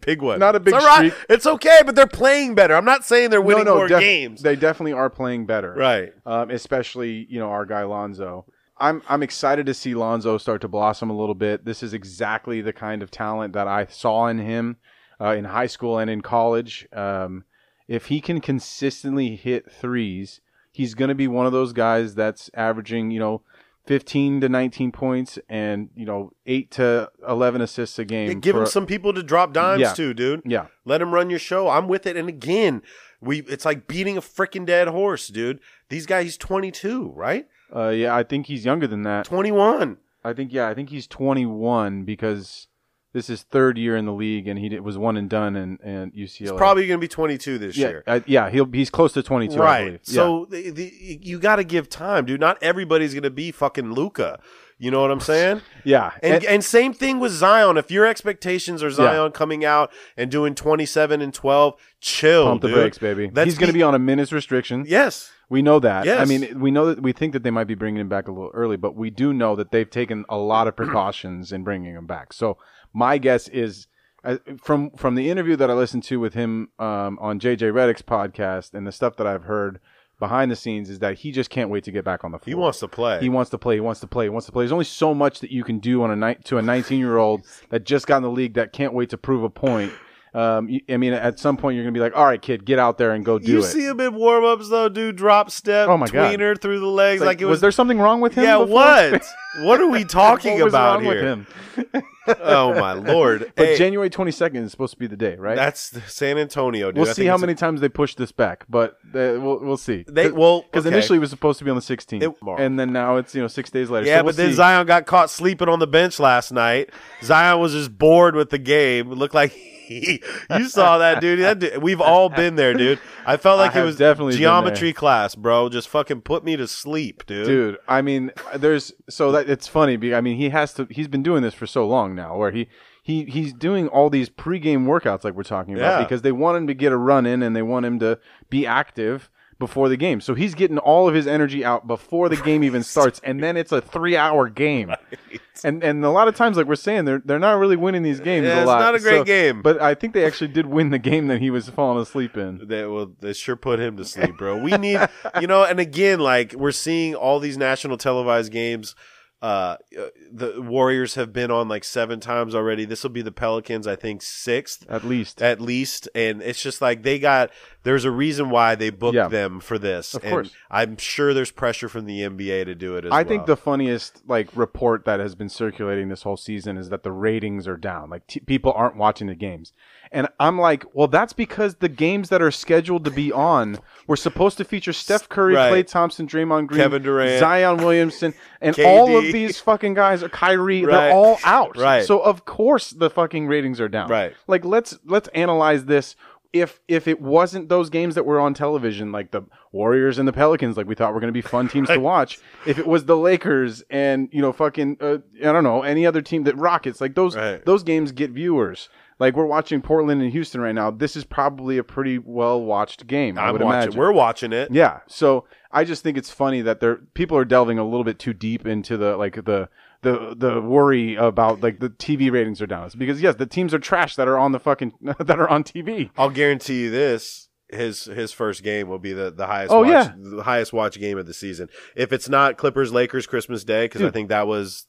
Speaker 1: Big one.
Speaker 3: Not a big
Speaker 1: it's all right.
Speaker 3: streak.
Speaker 1: It's okay, but they're playing better. I'm not saying they're
Speaker 3: no,
Speaker 1: winning
Speaker 3: no,
Speaker 1: more
Speaker 3: def-
Speaker 1: games.
Speaker 3: They definitely are playing better,
Speaker 1: right.
Speaker 3: Um, especially you know our guy Lonzo. I'm I'm excited to see Lonzo start to blossom a little bit. This is exactly the kind of talent that I saw in him uh, in high school and in college. Um, if he can consistently hit threes, he's going to be one of those guys that's averaging you know 15 to 19 points and you know 8 to 11 assists a game.
Speaker 1: Yeah, give
Speaker 3: for-
Speaker 1: them some people to drop dimes
Speaker 3: Yeah.
Speaker 1: to, dude.
Speaker 3: Yeah.
Speaker 1: Let them run your show. I'm with it. And again, we it's like beating a freaking dead horse, dude. These guys, he's 22, right?
Speaker 3: Uh, yeah, I think he's younger than that.
Speaker 1: 21.
Speaker 3: I think yeah, I think he's 21 because this is third year in the league and he did, was one and done and and UCLA.
Speaker 1: Probably going to be 22 this
Speaker 3: yeah,
Speaker 1: year.
Speaker 3: I- yeah, he'll he's close to 22. I believe.
Speaker 1: Right.
Speaker 3: Yeah.
Speaker 1: So the, the, you got to give time, dude. Not everybody's going to be fucking Luca. You know what I'm saying?
Speaker 3: yeah,
Speaker 1: And,
Speaker 3: And-
Speaker 1: and, same thing with Zion. If your expectations are Zion coming out and doing 27 and 12, chill.
Speaker 3: pump the
Speaker 1: dude.
Speaker 3: brakes, baby.
Speaker 1: Let's
Speaker 3: he's going to be on a minutes restriction.
Speaker 1: Yes.
Speaker 3: We know that.
Speaker 1: Yes.
Speaker 3: I mean, we know that we think that they might be bringing him back a little early, but we do know that they've taken a lot of precautions in bringing him back. So my guess is uh, from from the interview that I listened to with him um, on JJ Reddick's podcast and the stuff that I've heard behind the scenes is that he just can't wait to get back on the floor.
Speaker 1: He wants to play.
Speaker 3: He wants to play. He wants to play. He wants to play. There's only so much that you can do on a night to a 19 year old that just got in the league that can't wait to prove a point. Um, you- I mean, at some point you're gonna be like, all right, kid, get out there and go do
Speaker 1: you
Speaker 3: it.
Speaker 1: see him in warm ups, though, dude. Drop step,
Speaker 3: Oh, my God.
Speaker 1: tweener through the legs.
Speaker 3: It's
Speaker 1: Like, it was.
Speaker 3: there something wrong with him?
Speaker 1: yeah,
Speaker 3: before?
Speaker 1: what? what are we talking
Speaker 3: What was
Speaker 1: about
Speaker 3: wrong
Speaker 1: here?
Speaker 3: with him?
Speaker 1: Oh, my Lord.
Speaker 3: But
Speaker 1: Hey,
Speaker 3: January 22nd is supposed to be the day, right?
Speaker 1: that's the San Antonio, dude.
Speaker 3: we'll
Speaker 1: I
Speaker 3: see
Speaker 1: think
Speaker 3: how
Speaker 1: it's-
Speaker 3: many times they push this back, but uh, we'll we'll see.
Speaker 1: They- well,
Speaker 3: because
Speaker 1: okay.
Speaker 3: initially it was supposed to be on the 16th,
Speaker 1: It-
Speaker 3: and then now it's you know six days later.
Speaker 1: Yeah,
Speaker 3: So we'll
Speaker 1: but then
Speaker 3: see.
Speaker 1: Zion got caught sleeping on the bench last night. Zion was just bored with the game. It looked like he, you saw that dude. That dude- We've all been there, dude. I felt
Speaker 3: I
Speaker 1: like it
Speaker 3: have
Speaker 1: was
Speaker 3: definitely been
Speaker 1: geometry class, bro. Just fucking put me to sleep, dude.
Speaker 3: dude i mean there's so that it's funny be- i mean he has to he's been doing this for so long now where he he he's doing all these pregame workouts like we're talking about
Speaker 1: Yeah.
Speaker 3: because they want him to get a run in and they want him to be active before the game so he's getting all of his energy out before the game even starts and then it's a three hour game and and a lot of times like we're saying they're they're not really winning these games
Speaker 1: Yeah,
Speaker 3: a
Speaker 1: it's
Speaker 3: lot
Speaker 1: not a great
Speaker 3: So-
Speaker 1: game.
Speaker 3: but i think they actually did win the game that he was falling asleep in
Speaker 1: They well, they sure put him to sleep, bro. We need, you know, and again, like we're seeing all these national televised games uh, the Warriors have been on like seven times already. This will be the Pelicans, I think, sixth
Speaker 3: at least.
Speaker 1: at least. And it's just like they got. There's a reason why they booked
Speaker 3: Yeah.
Speaker 1: them for this.
Speaker 3: Of
Speaker 1: and
Speaker 3: course.
Speaker 1: I'm sure there's pressure from the NBA to do it as
Speaker 3: I
Speaker 1: well.
Speaker 3: think the funniest like report that has been circulating this whole season is that the ratings are down. Like t- people aren't watching the games. And I'm like, well, that's because the games that are scheduled to be on were supposed to feature Steph Curry,
Speaker 1: Right.
Speaker 3: Klay Thompson, Draymond Green,
Speaker 1: Kevin Durant.
Speaker 3: Zion Williamson, and
Speaker 1: KD.
Speaker 3: all of these fucking guys are Kyrie.
Speaker 1: Right.
Speaker 3: They're all out.
Speaker 1: Right.
Speaker 3: So of course the fucking ratings are down.
Speaker 1: Right.
Speaker 3: Like let's let's analyze this. If if it wasn't those games that were on television, like the Warriors and the Pelicans, like we thought were going to be fun teams to watch. If it was the Lakers and you know fucking uh, I don't know any other team that Rockets, like those
Speaker 1: Right.
Speaker 3: those games get viewers. Like we're watching Portland and Houston right now. This is probably a pretty well watched game. i
Speaker 1: I'm
Speaker 3: would
Speaker 1: watching.
Speaker 3: imagine.
Speaker 1: We're watching it.
Speaker 3: Yeah. So I just think it's funny that they're people are delving a little bit too deep into the like the the the worry about like the TV ratings are down. It's because yes, the teams are trash that are on the fucking that are on TV.
Speaker 1: I'll guarantee you this. His his first game will be the, the highest
Speaker 3: Oh,
Speaker 1: watch,
Speaker 3: yeah.
Speaker 1: the highest watch game of the season. If it's not Clippers Lakers Christmas Day, because I
Speaker 3: Dude.
Speaker 1: think that was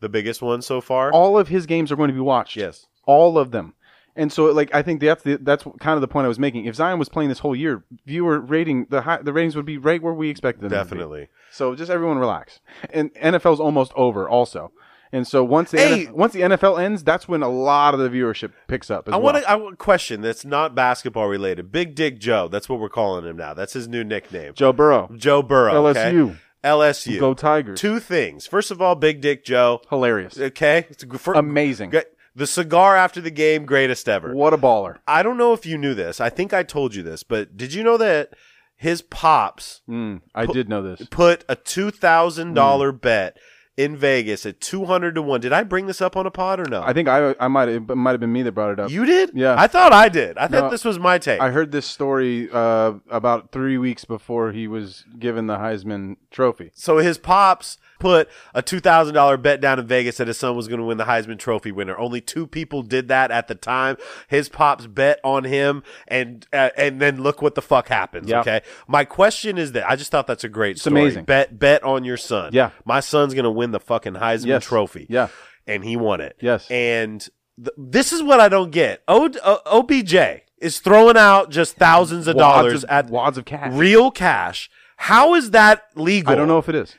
Speaker 1: the biggest one so far.
Speaker 3: All of his games are going to be watched.
Speaker 1: Yes.
Speaker 3: All of them. And so like I think that's the, that's kind of the point I was making. If Zion was playing this whole year, viewer rating the high, the ratings would be right where we expected them. to be.
Speaker 1: Definitely.
Speaker 3: So just everyone relax. And NFL's almost over also. And so once the
Speaker 1: Hey!
Speaker 3: NF once the NFL ends, that's when a lot of the viewership picks up as
Speaker 1: I
Speaker 3: well.
Speaker 1: want to I want a question that's not basketball related. Big Dick Joe, that's what we're calling him now. That's his new nickname.
Speaker 3: Joe Burrow.
Speaker 1: Joe Burrow. okay?
Speaker 3: LSU.
Speaker 1: LSU.
Speaker 3: Go Tigers.
Speaker 1: Two things. First of all, Big Dick Joe.
Speaker 3: Hilarious.
Speaker 1: Okay. It's a gr- fir-
Speaker 3: Amazing.
Speaker 1: gre- The cigar after the game, greatest ever.
Speaker 3: What a baller.
Speaker 1: I don't know if you knew this. I think I told you this, but did you know that his pops
Speaker 3: Mm, I did know this.
Speaker 1: put a two thousand
Speaker 3: Hmm.
Speaker 1: dollar bet in Vegas at two hundred to one? Did I bring this up on a pod or no?
Speaker 3: I think I I might it might have been me that brought it up.
Speaker 1: you did.
Speaker 3: Yeah.
Speaker 1: I thought I did. I thought
Speaker 3: No,
Speaker 1: this was my take.
Speaker 3: I heard this story uh, about three weeks before he was given the Heisman Trophy.
Speaker 1: so his pops put a two thousand dollar bet down in Vegas that his son was going to win the Heisman Trophy winner. Only two people did that at the time. His pops bet on him, and uh, and then look what the fuck happens.
Speaker 3: Yeah.
Speaker 1: Okay, my question is that I just thought that's a great story.
Speaker 3: amazing.
Speaker 1: Bet bet on your son.
Speaker 3: Yeah.
Speaker 1: my son's going to win the fucking Heisman
Speaker 3: Yes.
Speaker 1: Trophy.
Speaker 3: Yeah.
Speaker 1: and he won it.
Speaker 3: Yes.
Speaker 1: and th- this is what I don't get. O- O- OBJ is throwing out just thousands of dollars
Speaker 3: wads of,
Speaker 1: at
Speaker 3: wads of cash.
Speaker 1: real cash. How is that legal?
Speaker 3: I don't know if it is.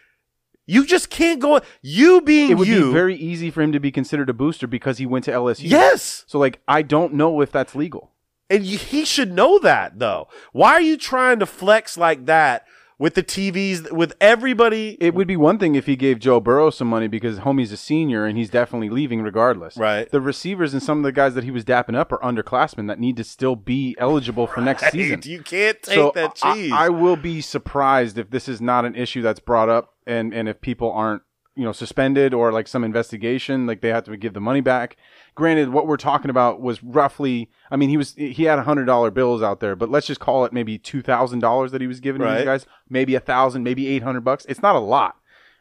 Speaker 1: You just can't go. You being
Speaker 3: It would
Speaker 1: you.
Speaker 3: be very easy for him to be considered a booster because he went to LSU.
Speaker 1: yes,
Speaker 3: So like I don't know if that's legal.
Speaker 1: and you, he should know that though. Why are you trying to flex like that with the TVs with everybody?
Speaker 3: It would be one thing if he gave Joe Burrow some money because homie's a senior and he's definitely leaving regardless.
Speaker 1: Right.
Speaker 3: The receivers and some of the guys that he was dapping up are underclassmen that need to still be eligible for next season.
Speaker 1: You can't take
Speaker 3: so
Speaker 1: that
Speaker 3: I-
Speaker 1: cheese.
Speaker 3: I, will be surprised if this is not an issue that's brought up and and if people aren't you know suspended or like some investigation like they have to give the money back. Granted, what we're talking about was roughly. I mean, he was he had hundred dollar bills out there, but let's just call it maybe two thousand dollars that he was giving to
Speaker 1: Right.
Speaker 3: these guys. Maybe a thousand, maybe eight hundred bucks. It's not a lot.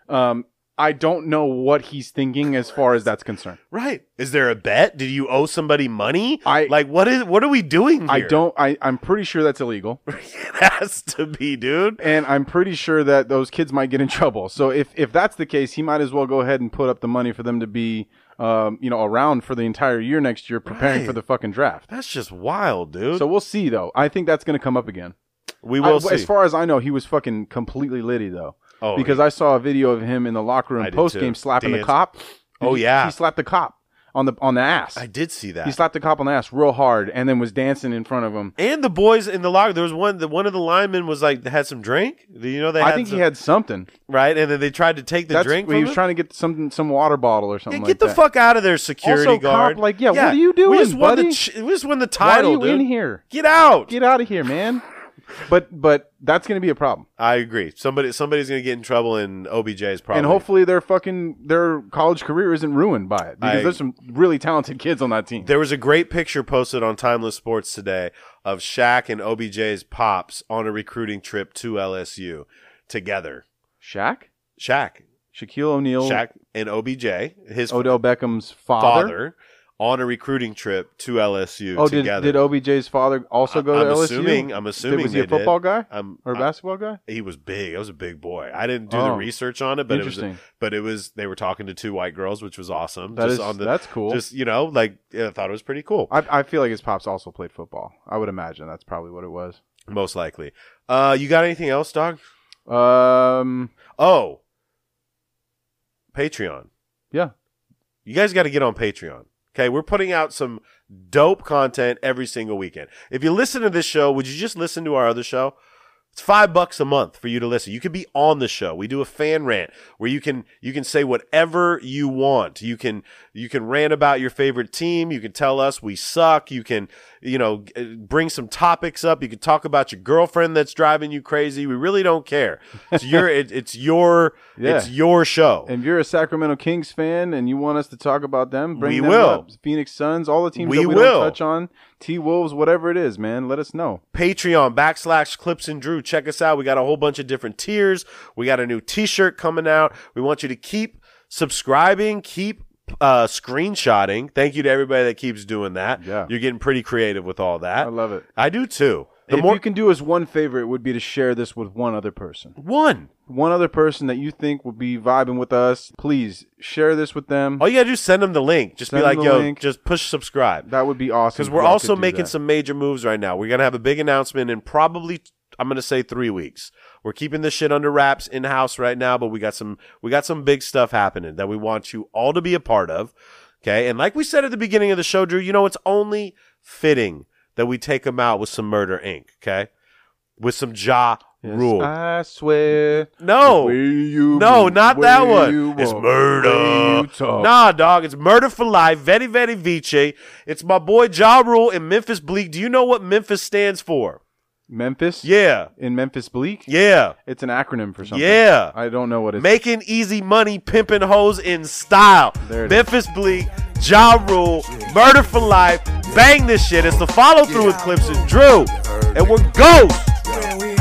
Speaker 3: Um, I don't know what he's thinking as far as that's concerned.
Speaker 1: right? Is there a bet? Did you owe somebody money?
Speaker 3: I-
Speaker 1: like what is? What are we doing? Here?
Speaker 3: I don't. I I'm pretty sure that's illegal.
Speaker 1: it has to be, dude.
Speaker 3: and I'm pretty sure that those kids might get in trouble. So if if that's the case, he might as well go ahead and put up the money for them to be, um, you know, around for the entire year next year, preparing
Speaker 1: Right.
Speaker 3: for the fucking draft.
Speaker 1: That's just wild, dude.
Speaker 3: So we'll see, though. I think that's going to come up again.
Speaker 1: we will
Speaker 3: I-
Speaker 1: see.
Speaker 3: As far as I know, he was fucking completely litty though,
Speaker 1: oh,
Speaker 3: because I saw a video of him in the locker
Speaker 1: I
Speaker 3: room
Speaker 1: did
Speaker 3: post game
Speaker 1: too.
Speaker 3: slapping
Speaker 1: Dance.
Speaker 3: the cop.
Speaker 1: Oh,
Speaker 3: He-
Speaker 1: yeah.
Speaker 3: he slapped the cop on the on the ass.
Speaker 1: I did see that.
Speaker 3: he slapped the cop on the ass real hard, and then was dancing in front of him.
Speaker 1: and the boys in the locker, there was one. The one of the linemen was like had some drink. You know, they
Speaker 3: I
Speaker 1: had
Speaker 3: think
Speaker 1: some,
Speaker 3: he had something.
Speaker 1: right, and then they tried to take the
Speaker 3: That's
Speaker 1: drink.
Speaker 3: he
Speaker 1: from
Speaker 3: was
Speaker 1: him?
Speaker 3: trying to get some some water bottle or something.
Speaker 1: Yeah,
Speaker 3: like
Speaker 1: get the
Speaker 3: that.
Speaker 1: fuck out of there, security
Speaker 3: Also, cop,
Speaker 1: guard.
Speaker 3: like, yeah, what are you
Speaker 1: We
Speaker 3: doing,
Speaker 1: just won the,
Speaker 3: buddy?
Speaker 1: ch- we just won the
Speaker 3: Why are
Speaker 1: title,
Speaker 3: you
Speaker 1: dude.
Speaker 3: in here?
Speaker 1: Get out.
Speaker 3: Get out of here, man. But but that's gonna be a problem.
Speaker 1: I agree. Somebody, somebody's gonna get in trouble, and OBJ is probably.
Speaker 3: And hopefully their fucking their college career isn't ruined by it. Because
Speaker 1: I-
Speaker 3: there's some really talented kids on that team.
Speaker 1: There was a great picture posted on Timeless Sports today of Shaq and OBJ's pops on a recruiting trip to LSU together.
Speaker 3: Shaq?
Speaker 1: Shaq,
Speaker 3: Shaquille O'Neal
Speaker 1: Shaq, and OBJ, his
Speaker 3: Odell Beckham's Oh, father.
Speaker 1: father on a recruiting trip to LSU
Speaker 3: Oh, did,
Speaker 1: together.
Speaker 3: did OBJ's father also go
Speaker 1: I'm
Speaker 3: to LSU?
Speaker 1: assuming- I'm assuming
Speaker 3: Was he a
Speaker 1: they did.
Speaker 3: football guy
Speaker 1: I'm-
Speaker 3: or a
Speaker 1: I-
Speaker 3: basketball guy?
Speaker 1: he was big. I was a big boy. I didn't do the
Speaker 3: Oh.
Speaker 1: research on it, but it was
Speaker 3: Interesting.
Speaker 1: but it was they were talking to two white girls, which was awesome.
Speaker 3: That
Speaker 1: just
Speaker 3: is-
Speaker 1: on the,
Speaker 3: that's cool.
Speaker 1: Just you know, like yeah, I thought it was pretty cool.
Speaker 3: I, I feel like his pops also played football. I would imagine that's probably what it was.
Speaker 1: most likely. Uh, you got anything else, dog?
Speaker 3: Um,
Speaker 1: Oh, Patreon.
Speaker 3: yeah,
Speaker 1: You guys got to get on Patreon. Okay, we're putting out some dope content every single weekend. If you listen to this show, would you just listen to our other show? It's five bucks a month for you to listen. You can be on the show. We do a fan rant where you can you can say whatever you want. You can you can rant about your favorite team. You can tell us we suck. You can you know g- uh, bring some topics up. You can talk about your girlfriend that's driving you crazy. We really don't care. It's your it, it's your
Speaker 3: Yeah.
Speaker 1: it's your show.
Speaker 3: if you're a Sacramento Kings fan and you want us to talk about them, bring
Speaker 1: We
Speaker 3: them
Speaker 1: will.
Speaker 3: up. Phoenix Suns, all the teams
Speaker 1: We
Speaker 3: that we
Speaker 1: will.
Speaker 3: don't touch on, T Wolves, whatever it is, man, let us know.
Speaker 1: Patreon backslash clips and Drew. Check us out. We got a whole bunch of different tiers. We got a new t shirt coming out. We want you to keep subscribing, keep uh, screenshotting. Thank you to everybody that keeps doing that.
Speaker 3: Yeah.
Speaker 1: You're getting pretty creative with all that.
Speaker 3: I love it.
Speaker 1: I do too. The
Speaker 3: if
Speaker 1: more
Speaker 3: you can do us one favor, it would be to share this with one other person.
Speaker 1: one,
Speaker 3: One other person that you think would be vibing with us, please share this with them.
Speaker 1: all you gotta do is send them the link. Just
Speaker 3: Send
Speaker 1: be
Speaker 3: them
Speaker 1: like,
Speaker 3: the
Speaker 1: yo,
Speaker 3: link.
Speaker 1: just push subscribe.
Speaker 3: That would be awesome.
Speaker 1: because
Speaker 3: if
Speaker 1: we're
Speaker 3: y'all could
Speaker 1: also
Speaker 3: do
Speaker 1: making
Speaker 3: that.
Speaker 1: some major moves right now. We're gonna have a big announcement in probably I'm gonna say three weeks. We're keeping this shit under wraps in house right now, but we got some we got some big stuff happening that we want you all to be a part of. Okay, and like we said at the beginning of the show, Drew, you know it's only fitting that we take them out with some Murder Inc. Okay, with some Ja
Speaker 3: Yes,
Speaker 1: Rule.
Speaker 3: I swear.
Speaker 1: no,
Speaker 3: Where you
Speaker 1: no,
Speaker 3: move,
Speaker 1: not that
Speaker 3: where
Speaker 1: one.
Speaker 3: you
Speaker 1: It's
Speaker 3: walk, where
Speaker 1: murder.
Speaker 3: you talk.
Speaker 1: Nah, dog. It's murder for life. Vedi Vedi Vici. It's my boy Ja Rule in Memphis Bleak. Do you know what Memphis stands for?
Speaker 3: Memphis?
Speaker 1: Yeah.
Speaker 3: In Memphis Bleak?
Speaker 1: Yeah.
Speaker 3: It's an acronym for something.
Speaker 1: Yeah.
Speaker 3: I don't know what it's
Speaker 1: Making easy money, pimping hoes in style.
Speaker 3: There it
Speaker 1: Memphis Bleak, Ja Rule, Murder for Life. Bang this shit. It's the follow through with Clips and Drew. And we're ghosts.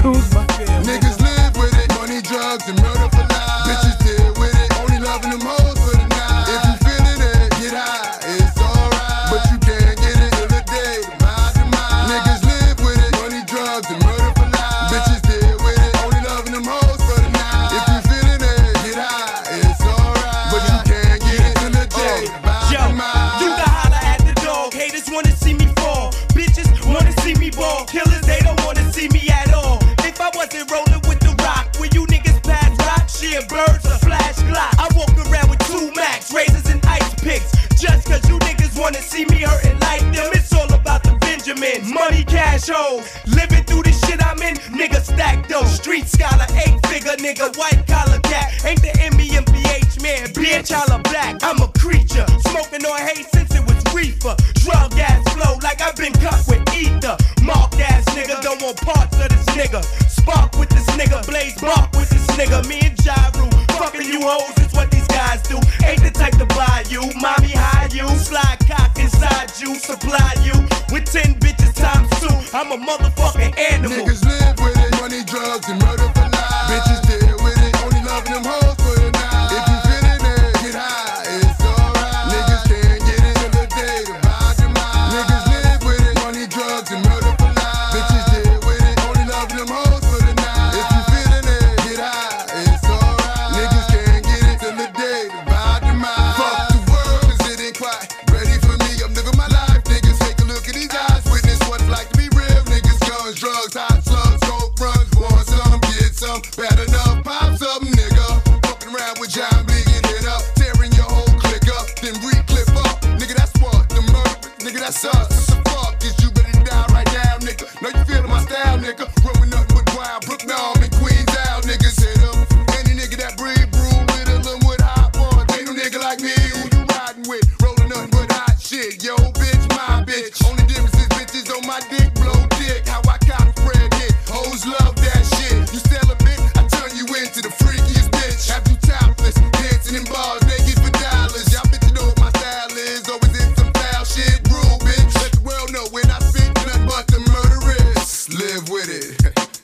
Speaker 4: Niggas live with it, money, drugs, and murder for life. Bitches deal with it, only loving them hoes for the night. If you feeling it, get high, it's alright. But you can't get it till the day, my demise. Niggas live with it, money, drugs, and murder for life. Bitches deal with it, only loving them hoes for the night. If you feeling it, get high, it's alright. But you can't get it till the day, my
Speaker 5: Yo,
Speaker 4: demise.
Speaker 5: you can holler at the dog. Haters wanna see me fall. Bitches wanna see me ball. Killers, they don't wanna see me at all. If I wasn't rolling with the rock, will you niggas pass rock? Shit, birds a flash glock. I walk around with two max, razors and ice picks. Just cause you niggas wanna see me hurting like them, it's all about the Benjamins. Money, cash, hoes. Living through the shit I'm in, nigga stack though. Street scholar, eight figure nigga, white collar cat. Ain't the E MEMPH man, bitch, all a black. I'm a creature, smoking on hate since it was reefer. Drug ass flow like I've been cut with ether. Marked ass nigga, don't want parts of this nigga. Spark with this nigga, blaze bark with this nigga. Me and Jaru, fucking you hoes is what these guys do. Ain't the type to buy you, mommy hide you, slide cock inside you, supply you with ten bitches times two. I'm a motherfucking animal.
Speaker 4: Niggas live with it, money, drugs, and murder for life. Bitches deal with it, only loving them hoes for the night. If you feeling it, get high, it's alright. Niggas can't get it till the day to buy demise. Niggas live with it, money, drugs, and murder for life. Bitches deal with it, only loving them hoes for the night. If you feeling it, get high, it's alright. Niggas can't get it till the day to buy demise. Fuck the world, 'cause it ain't quiet. Ready for me, I'm living my life. Niggas take a look at these eyes, witness what it's like to be real. Niggas guns, drugs, hot slugs, coke runs, want some, get some, bad enough, pop some, nigga. Fucking around with John Blee, get hit up, tearing your whole click up, then re-clip up. Nigga, that's what the murder, nigga, that's us. What the fuck is you better die right now, nigga? Know you feeling my style, nigga. Rolling up with wild Brook Norm and Queens out, niggas hit 'em. Any nigga that breathe, brew, little 'em with hot ones. Ain't no nigga like me who you riding with, rolling nothing but hot shit. Yo, bitch, my bitch. Only difference is bitches on my dick, blow dick. How I cop spread it. Hoes love that shit. You sell a bit, I turn you into the freakiest bitch. Have you topless, dancing in bars, naked for dollars. Y'all bitches know what my style is. Always in some foul shit, rule, bitch. Let the world know when I spit, nothing but the murderous. Live with it.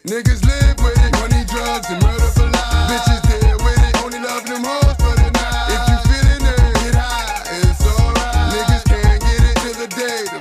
Speaker 4: Niggas live with it. Money, drugs, and murder for life. Bitches dead with it. Only love them hoes for the night. If you feeling it, get high. It's alright. Niggas can't get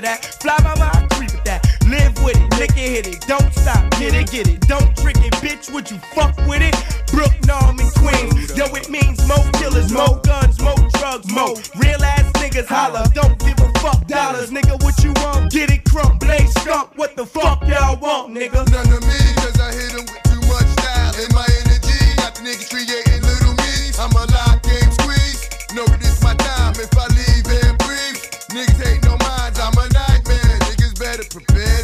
Speaker 5: that. Fly mama, I creep with that. Live with it, lick it, hit it. Don't stop, get it, get it. Don't trick it, bitch. Would you fuck with it? Brook, Norm, and Queens. Yo, it means more killers, more guns, more drugs, more real ass niggas. Holla, don't give a fuck dollars, nigga. What you want? Get it, crump, blaze, skunk. What the fuck y'all want, nigga?
Speaker 4: None of me, cause I hit 'em with too much style. And my energy got the niggas creating little me's. I'm a lock game squeeze. Know that it's my time if I leave and breathe. Niggas ain't no minds, I'm a nightmare. Niggas better prepare to Oh, Uh,